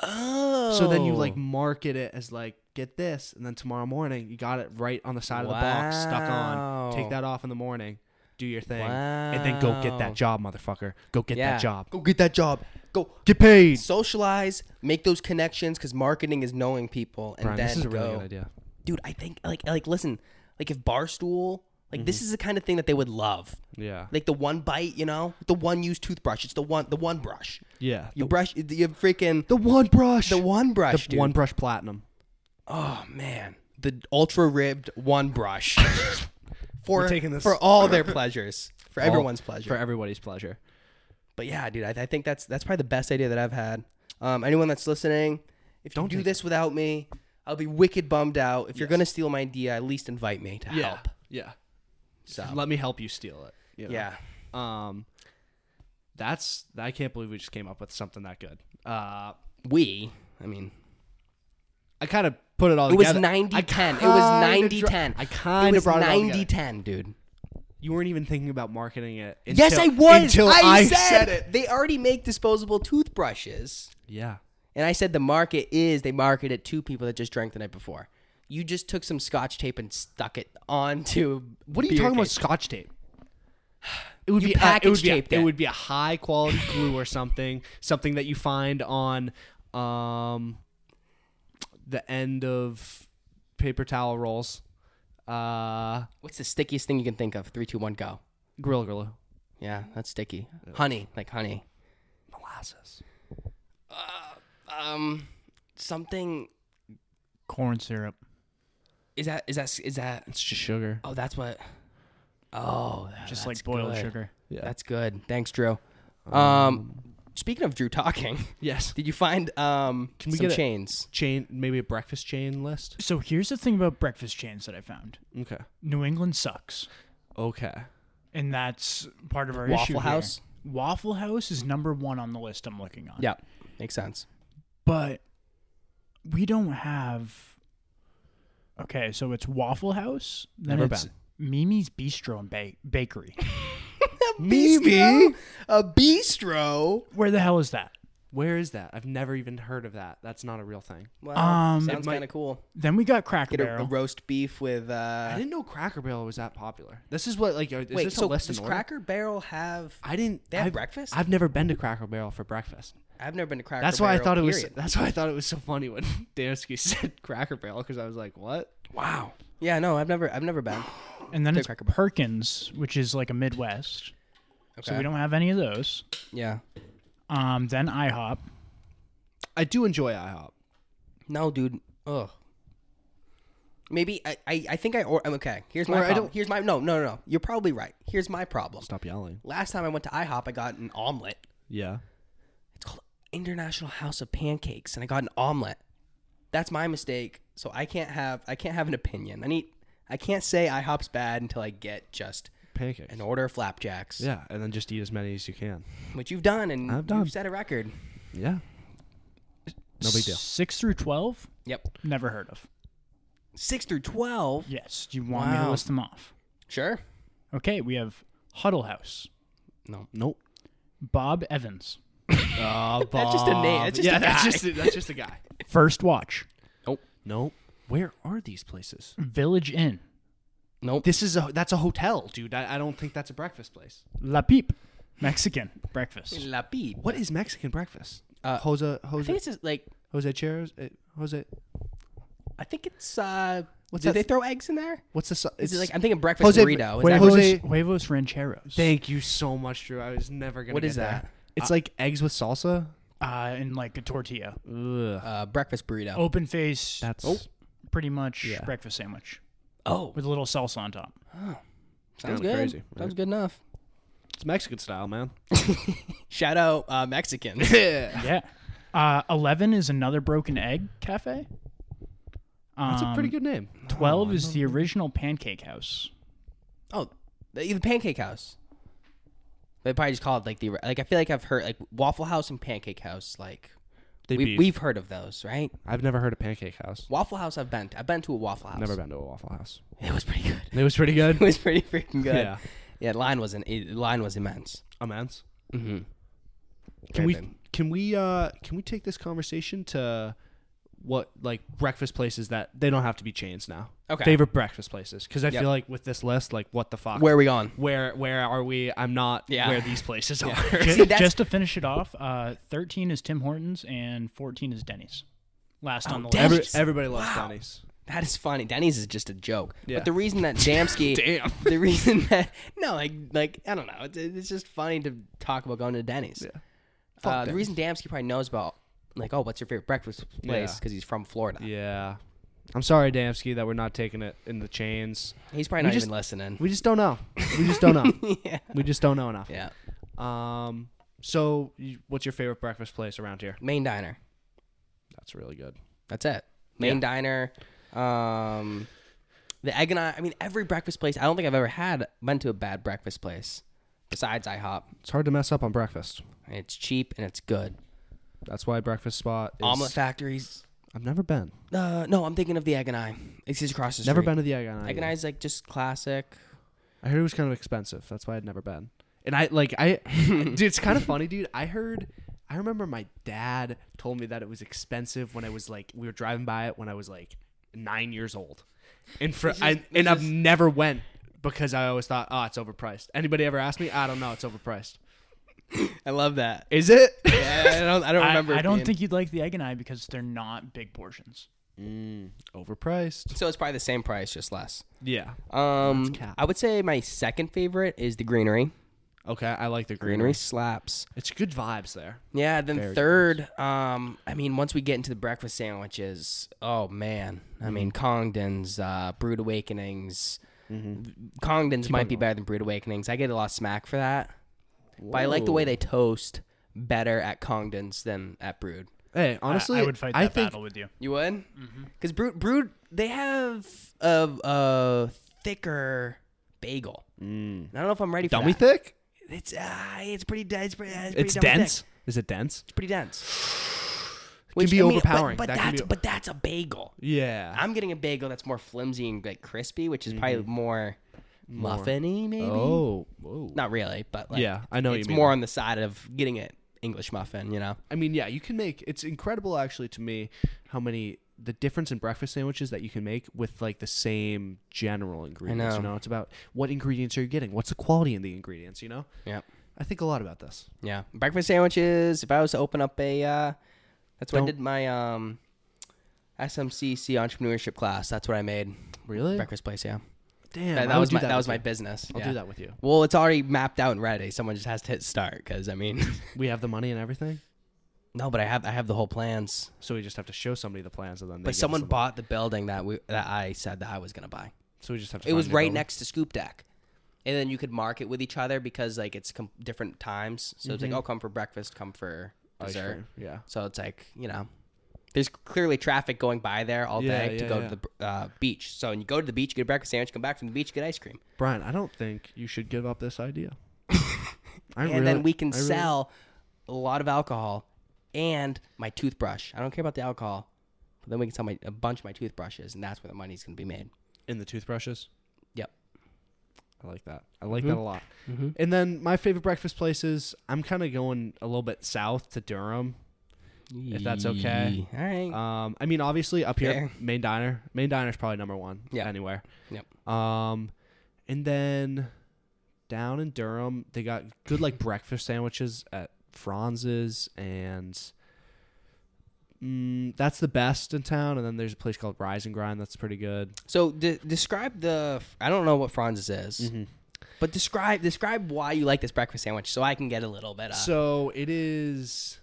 Oh.
So then you like market it as like get this and then tomorrow morning you got it right on the side of the box stuck on. Take
Wow.
that off in the morning, do your thing and then go get that
Wow.
job, motherfucker. Go get
Yeah.
that job.
Go get that job. Go
Get paid.
socialize, make those connections because marketing is knowing people, and
Brian,
then
this is a really
go.
good idea.
Dude, I think like like listen, like if Barstool, like
Mm-hmm.
this is the kind of thing that they would love.
Yeah.
Like the one bite, you know, the one used toothbrush. It's the one the one brush.
Yeah.
You brush, you freaking
The one brush.
the one
The
brush, dude.
one brush platinum.
Oh man, the ultra ribbed one brush for
We're taking this-
for all their pleasures, for everyone's pleasure.
For everybody's pleasure.
But yeah, dude, I, I think that's that's probably the best idea that I've had. Um, anyone that's listening, if you do
take
this without me, I'll be wicked bummed out. If you're gonna steal my idea, at least invite me to
Yeah.
help.
Yeah.
So
Let me help you steal it. you know?
yeah,
Um that's I can't believe we just came up with something that good. Uh
we. I mean,
I kind of put it all
it was
together.
90-10. It
I
was
kinda
90-10.
dr- I
It
kind of
was
brought it all together.
90-10, dude.
You weren't even thinking about marketing it.
Yes, I
until-
was.
Until
I,
said, it.
They already make disposable toothbrushes,
Yeah.
and I said the market is they market it to people that just drank the night before. You just took some scotch tape and stuck it onto.
What are you
beer
talking about?
case.
Scotch tape. It would
You
be a, it would
package
be a,
taped
it
it.
would be a high quality glue or something, something that you find on um the end of paper towel rolls. Uh
What's the stickiest thing you can think of? Three, two, one, go.
Gorilla Glue.
Yeah, that's sticky. Honey, like honey.
Molasses.
Um, something
Corn syrup.
is that is that is that?
It's just sugar.
Oh, that's what. Oh, that's
Just like boiled
good.
sugar.
Yeah.
That's good. Thanks, Drew. Um, speaking of Drew talking,
yes.
did you find um
Can we
some
get a-
chains?
Chain maybe a breakfast chain list.
So here's the thing about breakfast chains that I found.
Okay.
New England sucks.
Okay.
And that's part of our
Waffle
issue. here.
House?
Waffle House is number one on the list I'm looking on.
Yeah, makes sense.
But we don't have. Okay, so it's Waffle House. Then
Never
it's
been.
Mimi's Bistro and ba- Bakery.
Bistro, a bistro.
Where the hell is that?
Where is that? I've never even heard of that. That's not a real thing.
Wow,
Um,
sounds
It might-
kind of cool.
Then we got Cracker
Get a, a
Barrel.
roast beef with.
I
uh
didn't know Cracker Barrel was that popular. This is what like are- is
Wait,
this
so
a list
does
in order?
Cracker Barrel have?
I didn't.
They have
I've-
breakfast?
I've never been to Cracker Barrel for breakfast.
I've never been to Cracker.
That's why I
Barrel,
thought it was.
period.
That's why I thought it was so funny when Dansky said Cracker Barrel because I was like, "What?
Wow. Yeah, no, I've never, I've never been.
and then
to
it's
Cracker Barrel.
Perkins, which is like a Midwest. So we don't have any of those.
Yeah.
Um, then IHOP.
I do enjoy IHOP."
No, dude. Ugh. Maybe I, I, I think I or I'm okay. Here's my
Or I
problem.
don't-
Here's my no, no, no, no. You're probably right. Here's my problem.
Stop yelling.
Last time I went to IHOP, I got an omelet.
Yeah.
It's called International House of Pancakes, and I got an omelet. That's my mistake. So I can't have, I can't have an opinion. I need, I can't say IHOP's bad until I get just
Pancakes.
an order of flapjacks,
Yeah, and then just eat as many as you can.
which you've done, and
I've done.
you've set a record.
Yeah. No big deal.
Six through twelve,
Yep,
never heard of.
six through twelve.
Yes. Do you want me to
Wow.
list them off?
Sure.
Okay, we have Huddle House,
No.
Nope.
Bob Evans,
That's just a name. That's just
Ah, yeah,
a
that's
guy.
just a, that's just a guy.
First Watch,
nope. Where are these places?
Village Inn,
Nope.
This is a that's a hotel, dude. I, I don't think that's a breakfast place.
La Peep, Mexican breakfast.
La Pete.
What is Mexican breakfast?
Uh,
Jose
I think
Jose
it's just like
Jose Cheros uh, Jose.
I think it's uh.
What's
What's did
that-
they throw eggs in there?
What's the? su-
Is
it's-
it like I'm thinking breakfast
Jose-
burrito? Is
wait,
that
Jose-
what,
Huevos, huevos Rancheros.
Thank you so much, Drew. I was never gonna.
what
get
is that?
It's like eggs with salsa.
uh, and like a tortilla.
Ugh.
Uh, breakfast burrito. Oh,
Open face,
Mm. That's
pretty much
Yeah.
breakfast sandwich with a little salsa on top.
Oh, sounds
kinda
good.
crazy,
Sounds good enough.
it's Mexican style, man.
Shout out uh, Mexicans.
That's
Yeah. Uh, 11 is another broken egg cafe. Um,
a pretty good name.
12 is the original pancake house.
oh, the, the Pancake House. They probably just call it like the like. I feel like I've heard like Waffle House and Pancake House like
They
We,
beef.
we've heard of those, right?
I've never heard of Pancake House.
Waffle House. I've been. To. I've been to a Waffle House.
Never been to a Waffle House.
It was pretty good.
It was pretty good.
it was pretty freaking good.
Yeah.
Yeah. Yeah. Line was an it, line was immense.
Immense.
Mm-hmm.
Can we can we uh can we take this conversation to what like breakfast places that they don't have to be chains now?
Okay.
Favorite breakfast places because I
Yep.
feel like with this list, like what the fuck?
Where are we on?
where where are we? I'm not
Yeah.
where these places
Yeah.
are.
See, that's-
Just to finish it off, uh, 13 is Tim Hortons and 14 is Denny's. Last
Oh,
on the list.
Every,
Denny's.
everybody loves
Wow.
Denny's.
That is funny. Denny's is just a joke.
Yeah.
But the reason that Damsky,
Damn.
the reason that no, like, like I don't know, it's, it's just funny to talk about going to Denny's.
Yeah. Fuck
Uh, the
Denny's.
reason Damsky probably knows about, like, oh, what's your favorite breakfast place?
Yeah.
Because he's from Florida.
Yeah. I'm sorry, Damsky, that we're not taking it in the chains.
He's probably
We
not
just-
even listening.
We just don't know. We just don't know.
yeah.
we just don't know enough.
Yeah.
Um. So, you- what's your favorite breakfast place around here?
Main diner.
That's really good.
That's it. Main
Yeah.
diner. Um, the egg and I. I mean, every breakfast place. I don't think I've ever had been to a bad breakfast place, besides IHOP.
It's hard to mess up on breakfast.
And it's cheap and it's good.
That's why breakfast spot. Is,
Omelet factories.
I've never been.
Uh, no, I'm thinking of the egg and I. It's just across the street.
Never been to the Egg on
Egg and I is like just classic.
I heard it was kind of expensive. That's why I'd never been. And I like I, dude. It's kind of funny, dude. I heard. I remember my dad told me that it was expensive when I was like we were driving by it when I was like nine years old, and for I and I've never went because I always thought oh it's overpriced. Anybody ever asked me? I don't know. It's overpriced.
I love that.
Is it?
I don't. I don't
I,
remember.
I
it
don't
being-
think you'd like the egg and I because they're not big portions.
overpriced.
so. It's probably the same price, just less.
Yeah.
Um,
That's cap.
I would say my second favorite is the greenery.
Okay. I like the
Greenery
greenery.
slaps.
It's good vibes there.
Yeah, then
Mm. Very
third, um, I mean, once we get into the breakfast sandwiches, oh man, I
Mm-hmm.
mean, Congdon's, uh, Brood Awakenings,
Mm-hmm.
Congdon's might be better than Brood Awakenings. I get a lot of smack for that, but I like the way they toast better at Congdon's than at Brood.
Hey,
I-
honestly,
I, would fight that
I think
battle with you.
You would?
Mm-hmm.
Because Brood, Brood, they have a, a thicker bagel. Mm. I don't know if I'm ready for
dummy
that.
thick.
It's uh, it's pretty, de- it's pretty, it's, pretty
It's
dummy thick.
dense. Is it dense?
It's pretty dense.
be
I mean, but-
overpowering.
but,
That can
that's
be-
but that's a bagel.
Yeah.
I'm getting a bagel that's more flimsy and like crispy, which is probably Mm-hmm. more, muffiny, maybe.
Oh, whoa.
Not really, but like,
Yeah, I know what you
it's
mean.
more on the side of getting an English muffin. You know,
I mean, yeah, you can make. It's incredible, actually, to me, how many the difference in breakfast sandwiches that you can make with like the same general ingredients. You
know.
know, it's about what ingredients are you getting, what's the quality in the ingredients. You know,
yeah,
I think a lot about this.
yeah. Breakfast sandwiches. If I was to open up a, uh, that's when I
Don't-
did my um, SMCC entrepreneurship class. That's what I made.
Really?
Breakfast place, yeah.
Damn,
That,
I
that
would
was
do
my that, was
with
my
you.
business.
I'll
yeah.
do that with you.
Well, it's already mapped out and ready. Someone just has to hit start because I mean,
We have the money and everything,
no, but I have I have the whole plans.
so we just have to show somebody the plans, and then. they give
But
us
someone
the-
bought the building that we that I said that I was gonna buy.
So we just have to.
It
find
was
a
right
building.
next to Scoop Deck, and then you could mark it with each other because like it's com- different times. So
Mm-hmm.
it's like, oh, come for breakfast, come for
Ice
dessert.
cream, Yeah.
So it's like you know, there's clearly traffic going by there all
Yeah,
day to
yeah,
go
yeah.
to the uh, beach. So when you go to the beach, you get a breakfast sandwich, come back from the beach, get ice cream,
Brian, I don't think you should give up this idea. I
and
really-
then we can
I really-
sell a lot of alcohol and my toothbrush. I don't care about the alcohol, but then we can sell my, a bunch of my toothbrushes, and that's where the money's gonna be made.
in the toothbrushes.
Yep. Mm-hmm.
I like that. I like that a lot. And then my favorite breakfast places, I'm kind of going a little bit south to Durham. if that's okay.
All right.
Um, I mean, obviously up here,
Fair.
main diner. Main diner is probably number one.
Yeah.
Anywhere.
Yep.
Um, and then down in Durham, they got good like breakfast sandwiches at Franz's, and mm, that's the best in town. And then there's a place called Rise and Grind that's pretty good.
So de- describe the. I don't know what Franz's is,
Mm-hmm.
but describe describe why you like this breakfast sandwich, so I can get a little bit. Of,
So it is.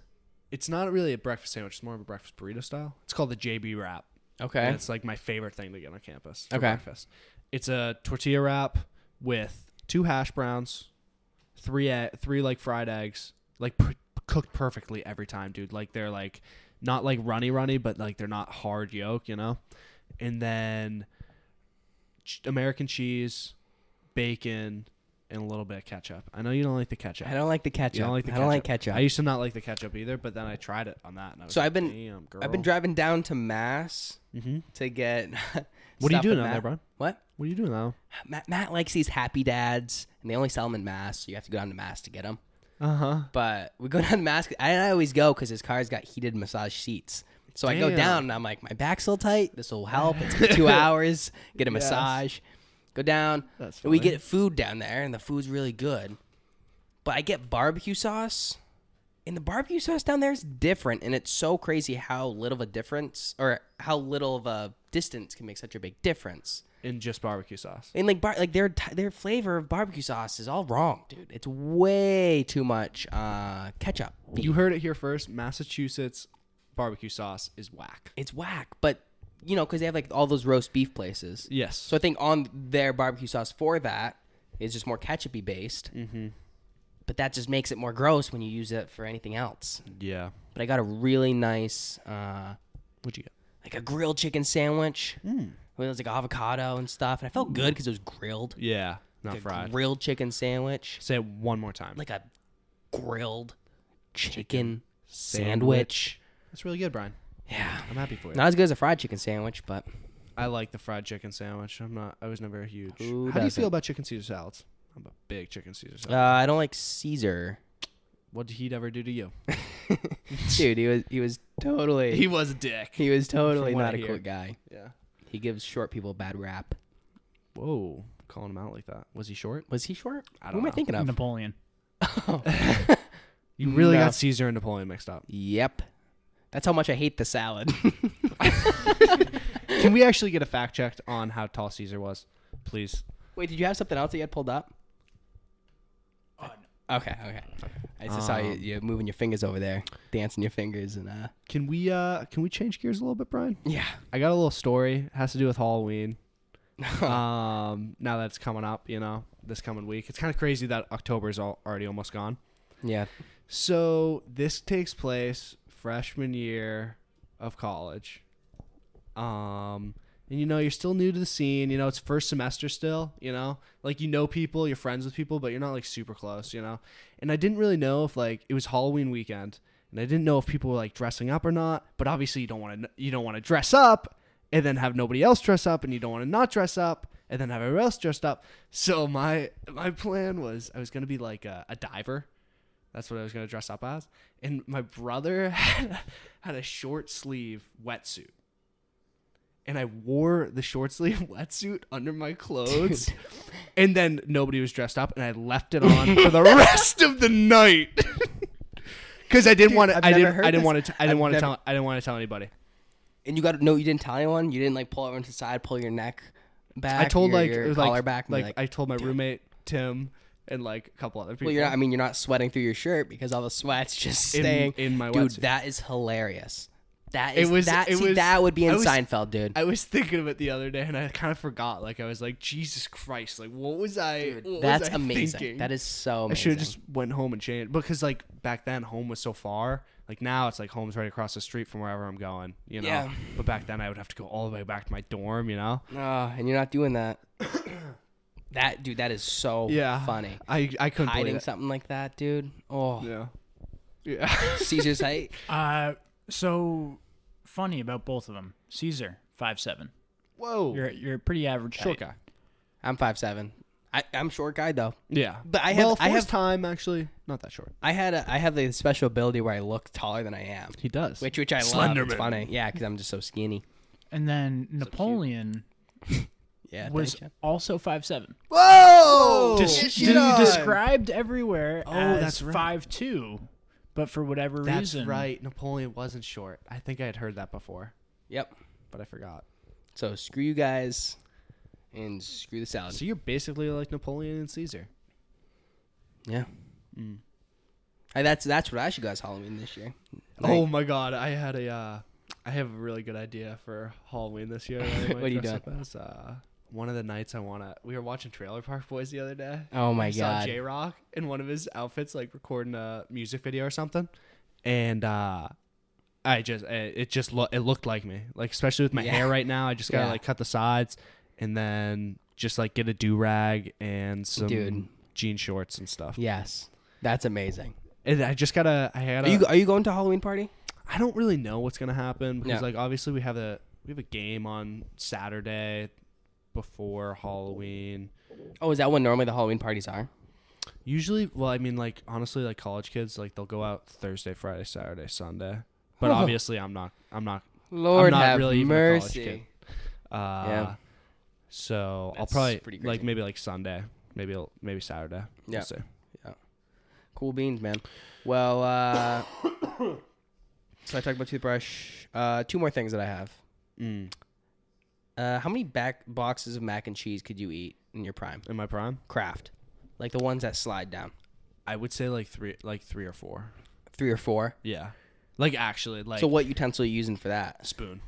It's not really a breakfast sandwich. It's more of a breakfast burrito style. It's called the JB wrap.
okay.
And it's like my favorite thing to get on campus for
Okay.
breakfast. It's a tortilla wrap with two hash browns, three e- three like fried eggs, like pr- cooked perfectly every time, dude. Like they're like not like runny runny, but like they're not hard yolk, you know. And then ch- American cheese, bacon, and a little bit of ketchup. I know you don't like the ketchup.
I don't like the ketchup.
You don't like the
I don't like ketchup.
I used to not like the ketchup either, but then I tried it on that. And I was
So
like,
I've been-
Damn, girl.
I've been driving down to Mass
Mm-hmm.
to get.
What are you
stuff
doing
at
out there,
Matt.
Brian?
What?
What are you doing now?
Matt, Matt likes these happy dads, and they only sell them in Mass, so you have to go down to Mass to get them.
Uh huh.
But we go down to Mass, and I always go because his car's got heated massage seats. So I go
Damn.
down, and I'm like, my back's still tight. This will help. It's been two hours. Get a
Yes.
massage. Go down.
That's
and we
funny.
get food down there, and the food's really good. But I get barbecue sauce, and the barbecue sauce down there is different, and it's so crazy how little of a difference or how little of a distance can make such a big difference.
In just barbecue sauce.
And like bar, like their t- their flavor of barbecue sauce is all wrong, dude. It's way too much uh, ketchup.
You heard it here first. Massachusetts barbecue sauce is whack.
It's whack, but you know because they have like all those roast beef places.
Yes.
So I think on their barbecue sauce for that is just more ketchupy based. Mm-hmm. But that just makes it more gross when you use it for anything else.
yeah.
But I got a really nice, uh,
What'd you get?
like a grilled chicken sandwich. Mm. It was like avocado and stuff, and I felt good because it was grilled.
Yeah. Not
Like a
fried.
grilled chicken sandwich.
Say it one more time.
like a grilled chicken sandwich.
That's really good, Brian.
Yeah.
I'm happy for you.
Not as good as a fried chicken sandwich, but
I like the fried chicken sandwich. I'm not. I was never a huge.
Who
How do you
doesn't?
feel about chicken Caesar salads? I'm a big chicken Caesar
uh,
salad.
I don't like Caesar.
what did he ever do to you?
Dude, he was he was totally
was a dick.
he was totally
From what
not
I
a
hear.
cool guy.
Yeah.
He gives short people a bad rap.
Whoa, calling him out like that. Was he short?
Was he short?
I
Who
don't
am I
know.
thinking of?
Napoleon.
You really
No.
got Caesar and Napoleon mixed up.
Yep. That's how much I hate the salad.
Can we actually get a fact checked on how tall Caesar was, please?
Wait, did you have something else that you had pulled up? Okay, okay. I just saw you,
Oh, Um,
you moving your fingers over there, dancing your fingers, and uh,
Can we uh can we change gears a little bit, Brian?
yeah.
I got a little story. It has to do with Halloween. um, now that it's coming up, you know, this coming week. It's kind of crazy that October is al- already almost gone.
Yeah.
So this takes place freshman year of college. Um, and you know, you're still new to the scene, you know, it's first semester still, you know? Like you know people, you're friends with people, but you're not like super close, you know? And I didn't really know if like it was Halloween weekend and I didn't know if people were like dressing up or not, but obviously you don't want to you don't want to dress up and then have nobody else dress up and you don't want to not dress up and then have everyone else dressed up. So my my plan was I was going to be like a, a diver. That's what I was gonna dress up as. And my brother had a, had a short sleeve wetsuit, and I wore the short sleeve wetsuit under my clothes. And then nobody was dressed up, and I left it on for the rest of the night because I didn't
Dude,
want
I've
to. I
never
didn't.
heard
I didn't
this.
want to. I
I've
didn't want to
never-
tell. I didn't want to tell anybody.
And you got no, you didn't tell anyone. You didn't like pull everyone to the side, pull your neck back.
I told
your,
like
your
it was
collar
like,
back. and be
like I told my roommate Tim and like a couple other people.
well, you're not. I mean, you're not sweating through your shirt because all the sweat's just
In-
staying
in my
Dude,
wetsuit.
that is hilarious. That is.
It was-
that.
it
see,
was-
that would be in
I was-
Seinfeld, dude.
I was thinking of it the other day, and I kind of forgot. Like I was like, Jesus Christ! Like what was I?
Dude,
what was
that's
I
amazing.
thinking?
That is so.
I
amazing.
should have just went home and changed because like back then home was so far. Like now it's like home's right across the street from wherever I'm going. You know.
Yeah.
But back then I would have to go all the way back to my dorm. You know.
Ah, and you're not doing that. that dude, that is so
Yeah.
funny.
I I couldn't believe
Hiding
it.
something like that, dude. Oh,
Yeah. Yeah.
Caesar's height.
Uh, so funny about both of them. Caesar, five seven.
Whoa.
You're you're pretty average.
short
height.
guy.
I'm five seven. I, I'm short guy though.
Yeah.
But I have-
Well,
I
for his
have-
time actually not that short.
I had a, I have the special ability where I look taller than I am,
He does.
which which I love. It's
Slenderman.
funny, yeah, because I'm just so skinny.
And then Napoleon
Yeah,
was
thanks, Jeff.
also five seven.
Whoa.
Des-
Get
des-
on!
described everywhere
Oh,
as
that's right.
five two, but for whatever
That's
reason,
right. Napoleon wasn't short. I think I had heard that before,
Yep.
but I forgot.
So screw you guys, and screw the salad.
So you're basically like Napoleon and Caesar.
Yeah. Hey, that's that's what I should go as Halloween this year. Like,
oh my god, I had a uh, I have a really good idea for Halloween this year. that I might
What are you
dress up as, uh, one of the nights I wanna we were watching Trailer Park Boys the other day.
Oh my
I saw
God.
J Rock in one of his outfits like recording a music video or something. And uh I just I- it just lo- it looked like me. Like especially with my
Yeah.
hair right now, I just gotta
Yeah.
like cut the sides and then just like get a do rag and some
Dude.
jean shorts and stuff.
Yes, that's amazing.
And I just gotta. I
Are
gotta.
you are you going to Halloween party?
I don't really know what's gonna happen because
No.
like obviously we have a we have a game on Saturday before Halloween.
Oh, is that when normally the Halloween parties are?
Usually, well, I mean, like honestly, like college kids, like they'll go out Thursday, Friday, Saturday, Sunday. But obviously, I'm not. I'm not.
Lord
not
have
really even a college kid.
mercy.
Uh,
Yeah.
So
That's
I'll
pretty
probably like
crazy.
maybe like Sunday, maybe maybe Saturday. We'll
Yeah.
see.
Cool beans, man. Well, uh, so I talked about toothbrush. Uh, two more things that I have.
Mm.
Uh, how many back boxes of mac and cheese could you eat in your prime?
In my prime,
Craft, like the ones that slide down,
I would say like three, like three or four.
three or four.
Yeah. Like actually, like
so what utensil are you using for that?
spoon.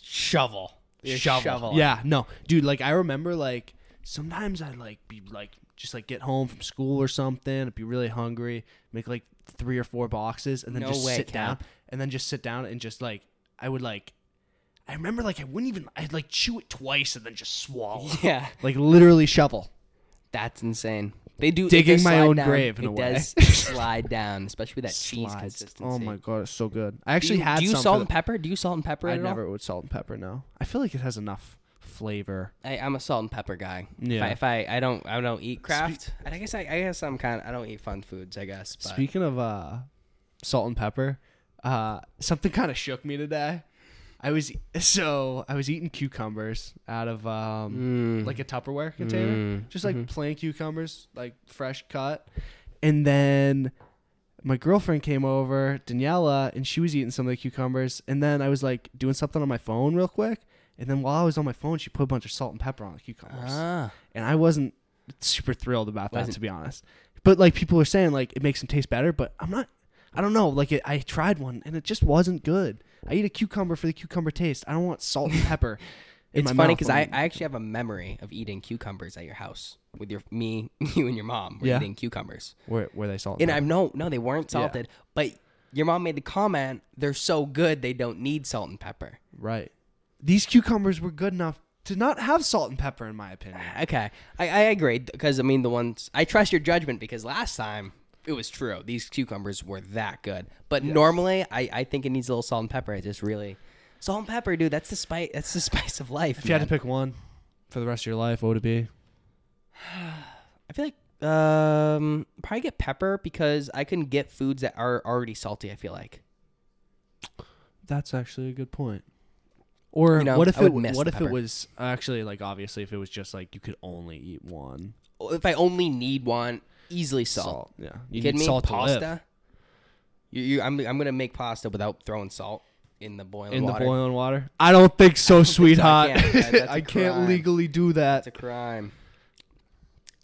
Shovel. shovel. shovel.
Yeah, no, dude. Like I remember, like sometimes I'd like be like just like get home from school or something. I'd be really hungry, make like three or four boxes, and then
No
just
way,
sit
Cap.
down, and then just sit down and just like I would like. I remember like I wouldn't even I'd like chew it twice and then just swallow.
Yeah.
like literally shovel.
That's insane. They do it
Digging
does
my
slide
own
down.
grave in
it
a way.
does slide down, especially with that cheese
Slides.
consistency.
Oh my god, it's so good. I
Do
actually
you,
had
do you
some for
salt
the-
and pepper? Do you salt and pepper
I
at all?
never would salt and pepper. No, I feel like it has enough flavor.
I, I'm a salt and pepper guy.
Yeah.
If I, if I I don't I don't eat craft. and I guess I, I guess I'm kind of I don't eat fun foods. I guess. But
Speaking of uh, salt and pepper, uh, something kind of shook me today. I was so I was eating cucumbers out of um, like a Tupperware container, just like plain cucumbers, like fresh cut. And then my girlfriend came over, Daniela, and she was eating some of the cucumbers. And then I was like doing something on my phone real quick. And then while I was on my phone, she put a bunch of salt and pepper on the cucumbers
ah,
and I wasn't super thrilled about that
Wasn't-
to be honest. But like people are saying, like it makes them taste better, but I'm not. I don't know. Like it, I tried one and it just wasn't good. I eat a cucumber for the cucumber taste. I don't want salt and pepper. in
it's
my
funny
mouth
because
when
I,
I'm-
I actually have a memory of eating cucumbers at your house with your me you and your mom were
Yeah.
eating cucumbers,
were, were they salt.
and I'm no no they weren't salted, but your mom made the comment they're so good they don't need salt and pepper.
right. These cucumbers were good enough to not have salt and pepper, in my opinion.
Okay, I, I agree because I mean the ones I trust your judgment because last time it was true these cucumbers were that good, but normally I, I think it needs a little salt and pepper. I just really salt and pepper, dude. That's the spice. That's the spice of life.
If you had to
man.
pick one for the rest of your life, what would it be?
I feel like um probably get pepper because I can get foods that are already salty. I feel like
That's actually a good point. Or
You know,
what if
I would
it
miss
what
the
if it
pepper.
was actually like obviously if it was just like you could only eat one
if I only need one, easily salt.
Yeah,
You, kidding me? pasta. You, you I'm I'm gonna make pasta without throwing salt in the boiling
in
water.
the boiling water. I don't think so, sweetheart.
I can't. That's a
I can't
crime.
legally do
It's
that.
a crime.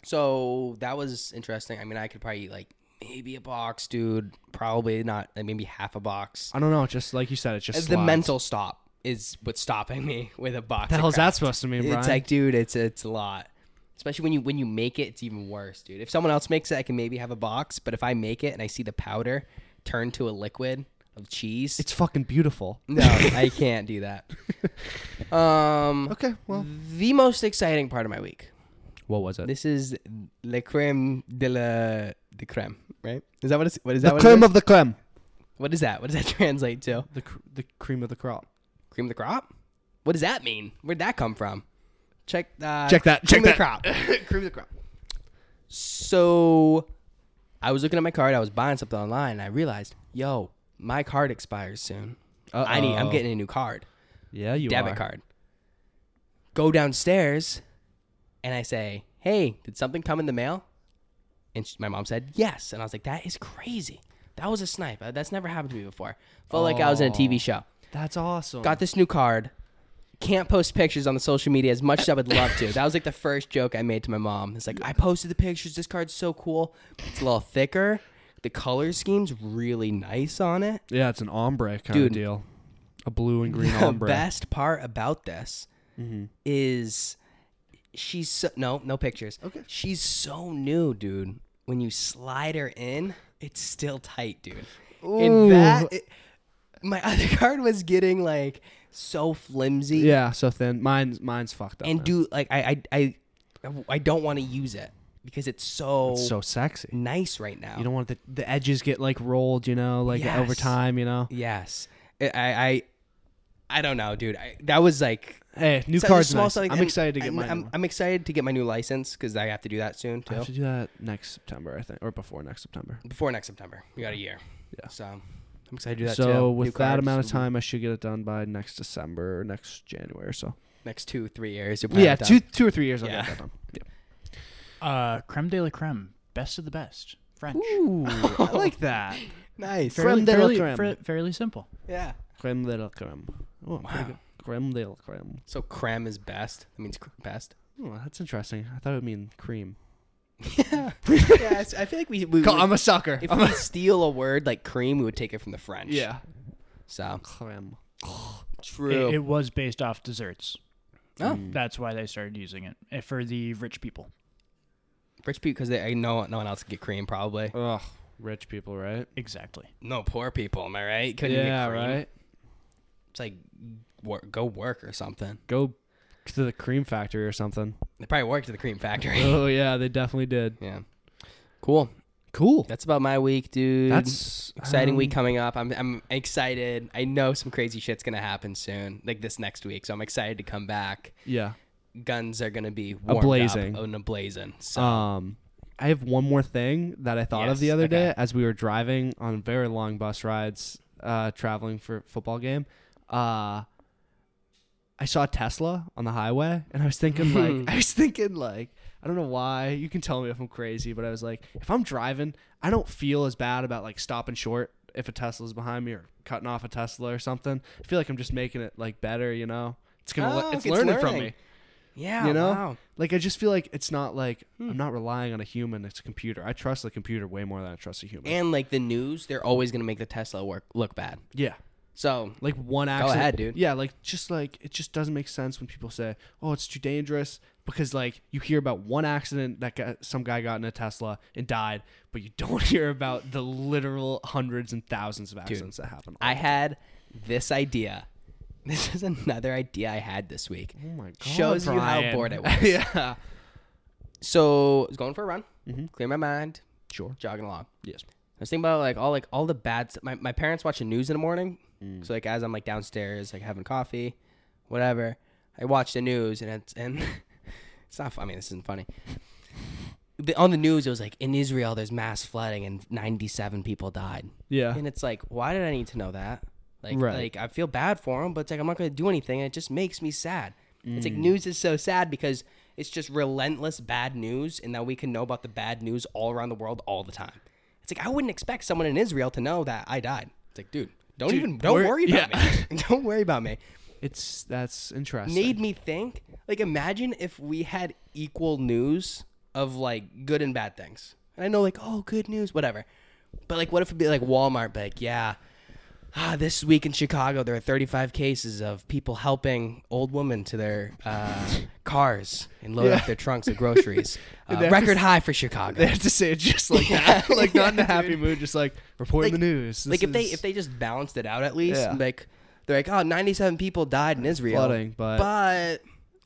So that was interesting. I mean, I could probably eat like maybe a box, dude. Probably not. like, Maybe half a box.
I don't know. Just like you said, it's just
the
slides.
mental stop is what's stopping me with a box.
The
of
hell's that
crap.
supposed to mean, Brian?
It's like, dude, it's it's a lot. Especially when you when you make it, it's even worse, dude. If someone else makes it, I can maybe have a box. But if I make it and I see the powder turn to a liquid of cheese,
it's fucking beautiful.
no, I can't do that. Um,
Okay, well,
the most exciting part of my week.
what was it?
This is le creme de la de creme, right? Is that what it's, what is that?
The
what,
cream
it is?
of the creme.
what is that? What does that translate to?
The cr- the cream of the crop.
Cream of the crop? What does that mean? Where'd that come from? Check uh,
Check that,
Cream
check
of the crop.
cream of the crop.
So I was looking at my card. I was buying something online, and I realized, yo, my card expires soon. I need. I'm
Uh-oh.
getting a new card,
Yeah, you
debit
are.
card. Go downstairs, and I say, hey, did something come in the mail? And she, my mom said yes, and I was like, that is crazy. That was a snipe. Uh, That's never happened to me before. Felt like I was in a TV show.
That's awesome.
Got this new card. Can't post pictures on the social media as much as I would love to. That was like the first joke I made to my mom. It's like I posted the pictures. This card's so cool. It's a little thicker. The color scheme's really nice on it.
yeah, it's an ombre kind
Dude.
of deal. A blue and green
The
ombre.
best part about this
Mm-hmm.
is she's so, no no pictures. Okay. She's so new, dude. When you slide her in, it's still tight, dude. And that it- my other card was getting like so flimsy.
Yeah, so thin. Mine's mine's fucked up.
and
man.
do like I I I, I don't want to use it. because it's so,
It's so sexy.
nice right now.
You don't want the the edges get like rolled, you know, like over
Yes.
time, you know.
yes, I, I, I- I don't know, dude. I, that was like
Hey, new
so-
cards.
small
nice.
something,
I'm
and
excited to get
I'm,
mine.
I'm,
tomorrow.
I'm excited to get my new license because I have to do that soon
I
too.
have to do that next September, I think, or before next September.
Before next September, we got a year.
Yeah.
So I'm excited to do that too.
So
New
with that
cards Mm-hmm.
amount of
will be
time, I should get it done by next December or next January or so.
next two three years, you'll
Yeah,
probably
two
have
two or three years. I'll
Yeah.
get that done. Yep.
Uh, creme de la creme, best of the best, French.
Ooh, I like that.
nice.
Fair- creme de la
fairly,
creme.
fa- fairly simple.
Yeah.
Creme de la creme. Oh, pretty
Wow.
good. Creme de la creme.
So creme is best. That means cr- best.
Oh, that's interesting. I thought it would mean cream.
yeah. yeah. I feel like we. we would-
a sucker.
if we steal a word like cream, we would take it from the French.
yeah.
So
Creme.
It,
true.
it was based off desserts.
oh,
That's why they started using it eh, for the rich people.
rich people because they no no one else could get cream probably.
Ugh, rich people, right?
Exactly.
No poor people. Am I right? Couldn't
yeah,
get cream.
right.
It's like wor- go work or something.
Go to the cream factory or something.
They probably worked at the cream factory.
oh yeah, they definitely did.
yeah. Cool.
Cool.
That's about my week, dude.
That's
exciting week
um,
coming up. I'm I'm excited. I know some crazy shit's gonna happen soon, like this next week. So I'm excited to come back.
Yeah.
Guns are gonna be warmed
Ablazing.
up and ablazing. So
Um, I have one more thing that I thought of the
Yes,
other
okay.
day as we were driving on very long bus rides, uh, traveling for football game. Uh, I saw a Tesla on the highway, and I was thinking like, I was thinking like, I don't know why. You can tell me if I'm crazy, but I was like, if I'm driving, I don't feel as bad about like stopping short if a Tesla's behind me or cutting off a Tesla or something. I feel like I'm just making it like better, you know. It's gonna, le-
Oh, it's
it's, learning from
learning.
me
yeah,
you know
Oh, wow. Hmm.
like i just feel like it's not like i'm not relying on a human it's a computer i trust the computer way more than i trust a human
And like the news, they're always gonna make the Tesla work look bad.
yeah
So
like one accident
ahead, dude.
yeah like just like it just doesn't make sense when people say oh it's too dangerous because like you hear about one accident that got, some guy got in a tesla and died but you don't hear about the literal hundreds and thousands of accidents that happen
I had this idea. This is another idea I had this week.
oh my god
Shows you how
Brian.
bored I was.
yeah Mm-hmm.
So I was going for a run, clear my mind,
sure
jogging along.
yes
I was thinking about like all like all the bad. St- my my parents watch the news in the morning, so like as I'm like downstairs like having coffee, whatever, I watch the news and it's and it's not. fu- I mean, this isn't funny. The, on the news, it was like in Israel, there's mass flooding and 97 people died,
yeah
and it's like, why did I need to know that? Like,
Right.
like I feel bad for them, but it's like I'm not going to do anything, and it just makes me sad. It's
Mm.
like news is so sad because it's just relentless bad news, and that we can know about the bad news all around the world all the time. It's like I wouldn't expect someone in Israel to know that I died. It's like, dude, don't
Dude,
even don't
we're-
worry about
yeah.
me. don't worry about me.
it's that's interesting
Made me think. Like, imagine if we had equal news of like good and bad things. And I know, like, oh, good news, whatever. But like, what if it'd be like Walmart? Be like, yeah, ah, this week in Chicago, there are 35 cases of people helping old women to their uh, cars and load up
Yeah.
their trunks of groceries.
And
Uh,
they have to
record
s-
high for Chicago.
They have to say it just like that, like not in a happy mood, just like reporting
Like-
the news.
like
This
if they
is
if they just balanced it out at least
Yeah.
like they're like oh 97 people died in israel
Flooding, but-
but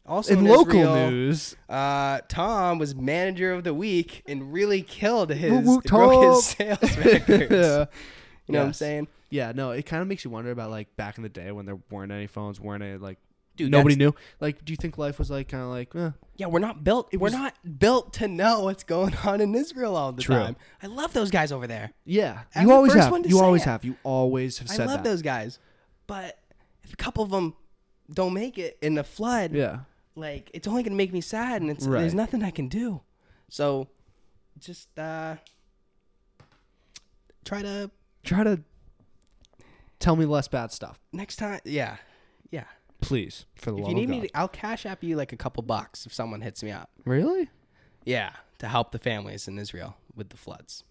also
in
in,
local
Israel,
news,
uh tom was manager of the week and really killed his
woo,
broke
Tom.
his sales records you know what i'm
Yes.
saying
yeah, no, it kind of makes you wonder about like back in the day when there weren't any phones, weren't any like
Dude,
nobody knew. Like, do you think life was like kind of like eh,
yeah we're not built we're
was-
not built to know what's going on in israel all the
True.
time i love those guys over there
yeah?
I'm
you
the
always
first
have,
one to
you
say
always
it.
have, you always have
i
said
love
that.
those guys but if a couple of them don't make it in the flood
Yeah,
like it's only gonna make me sad and it's
Right.
there's nothing i can do so just uh try to
try to tell me less bad stuff,
next time yeah yeah
please. For the
if
love
you
of
need me
God.
to, i'll cash app you like a couple bucks if someone hits me up
really,
yeah to help the families in israel with the floods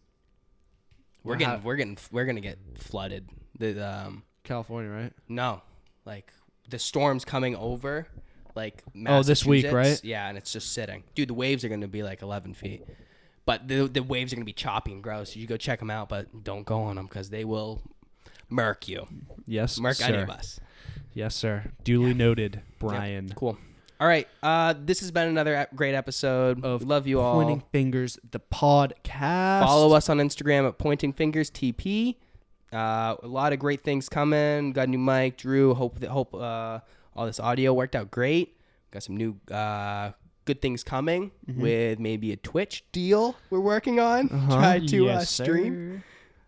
we're
Wow.
getting we're getting we're gonna get flooded the um
California, right?
no like the storm's coming over like
Oh, this week,
Massachusetts.
right?
yeah and it's just sitting dude the waves are gonna be like 11 feet but the, the waves are gonna be choppy and gross you go check them out but don't go on them because they will murk you
Yes,
murk any
sir.
of us
Yes, sir. Duly noted, Brian.
cool All right. Uh, this has been another ep- great episode.
Of
Love you all.
Pointing fingers, the podcast.
Follow us on Instagram at Pointing Fingers TP. Uh, a lot of great things coming. Got a new mic, Drew. Hope that hope uh, all this audio worked out great. Got some new uh, good things coming with maybe a Twitch deal we're working on. Try to uh,
Yes,
stream.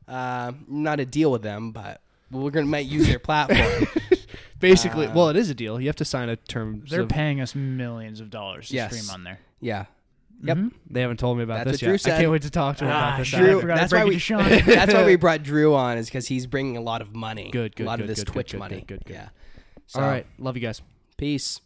sir.
Uh, not a deal with them, but we're gonna might use their platform. Uh,
Basically, well, it is a deal. You have to sign a term.
They're paying us millions of dollars to
Yes.
stream on there. Mm-hmm.
yeah. Yep.
They haven't told me about
That's
this
what Drew
yet. I
said.
can't wait to talk to him about
Ah,
this.
Drew-
after.
I forgot to
that's
break
why
it
we
to Sean.
that's why we brought Drew on is because he's bringing a lot of money.
Good, good,
a lot
good,
of this
good, good,
Twitch
good,
money.
good, good, good.
Yeah. So,
All right. Love you guys.
Peace.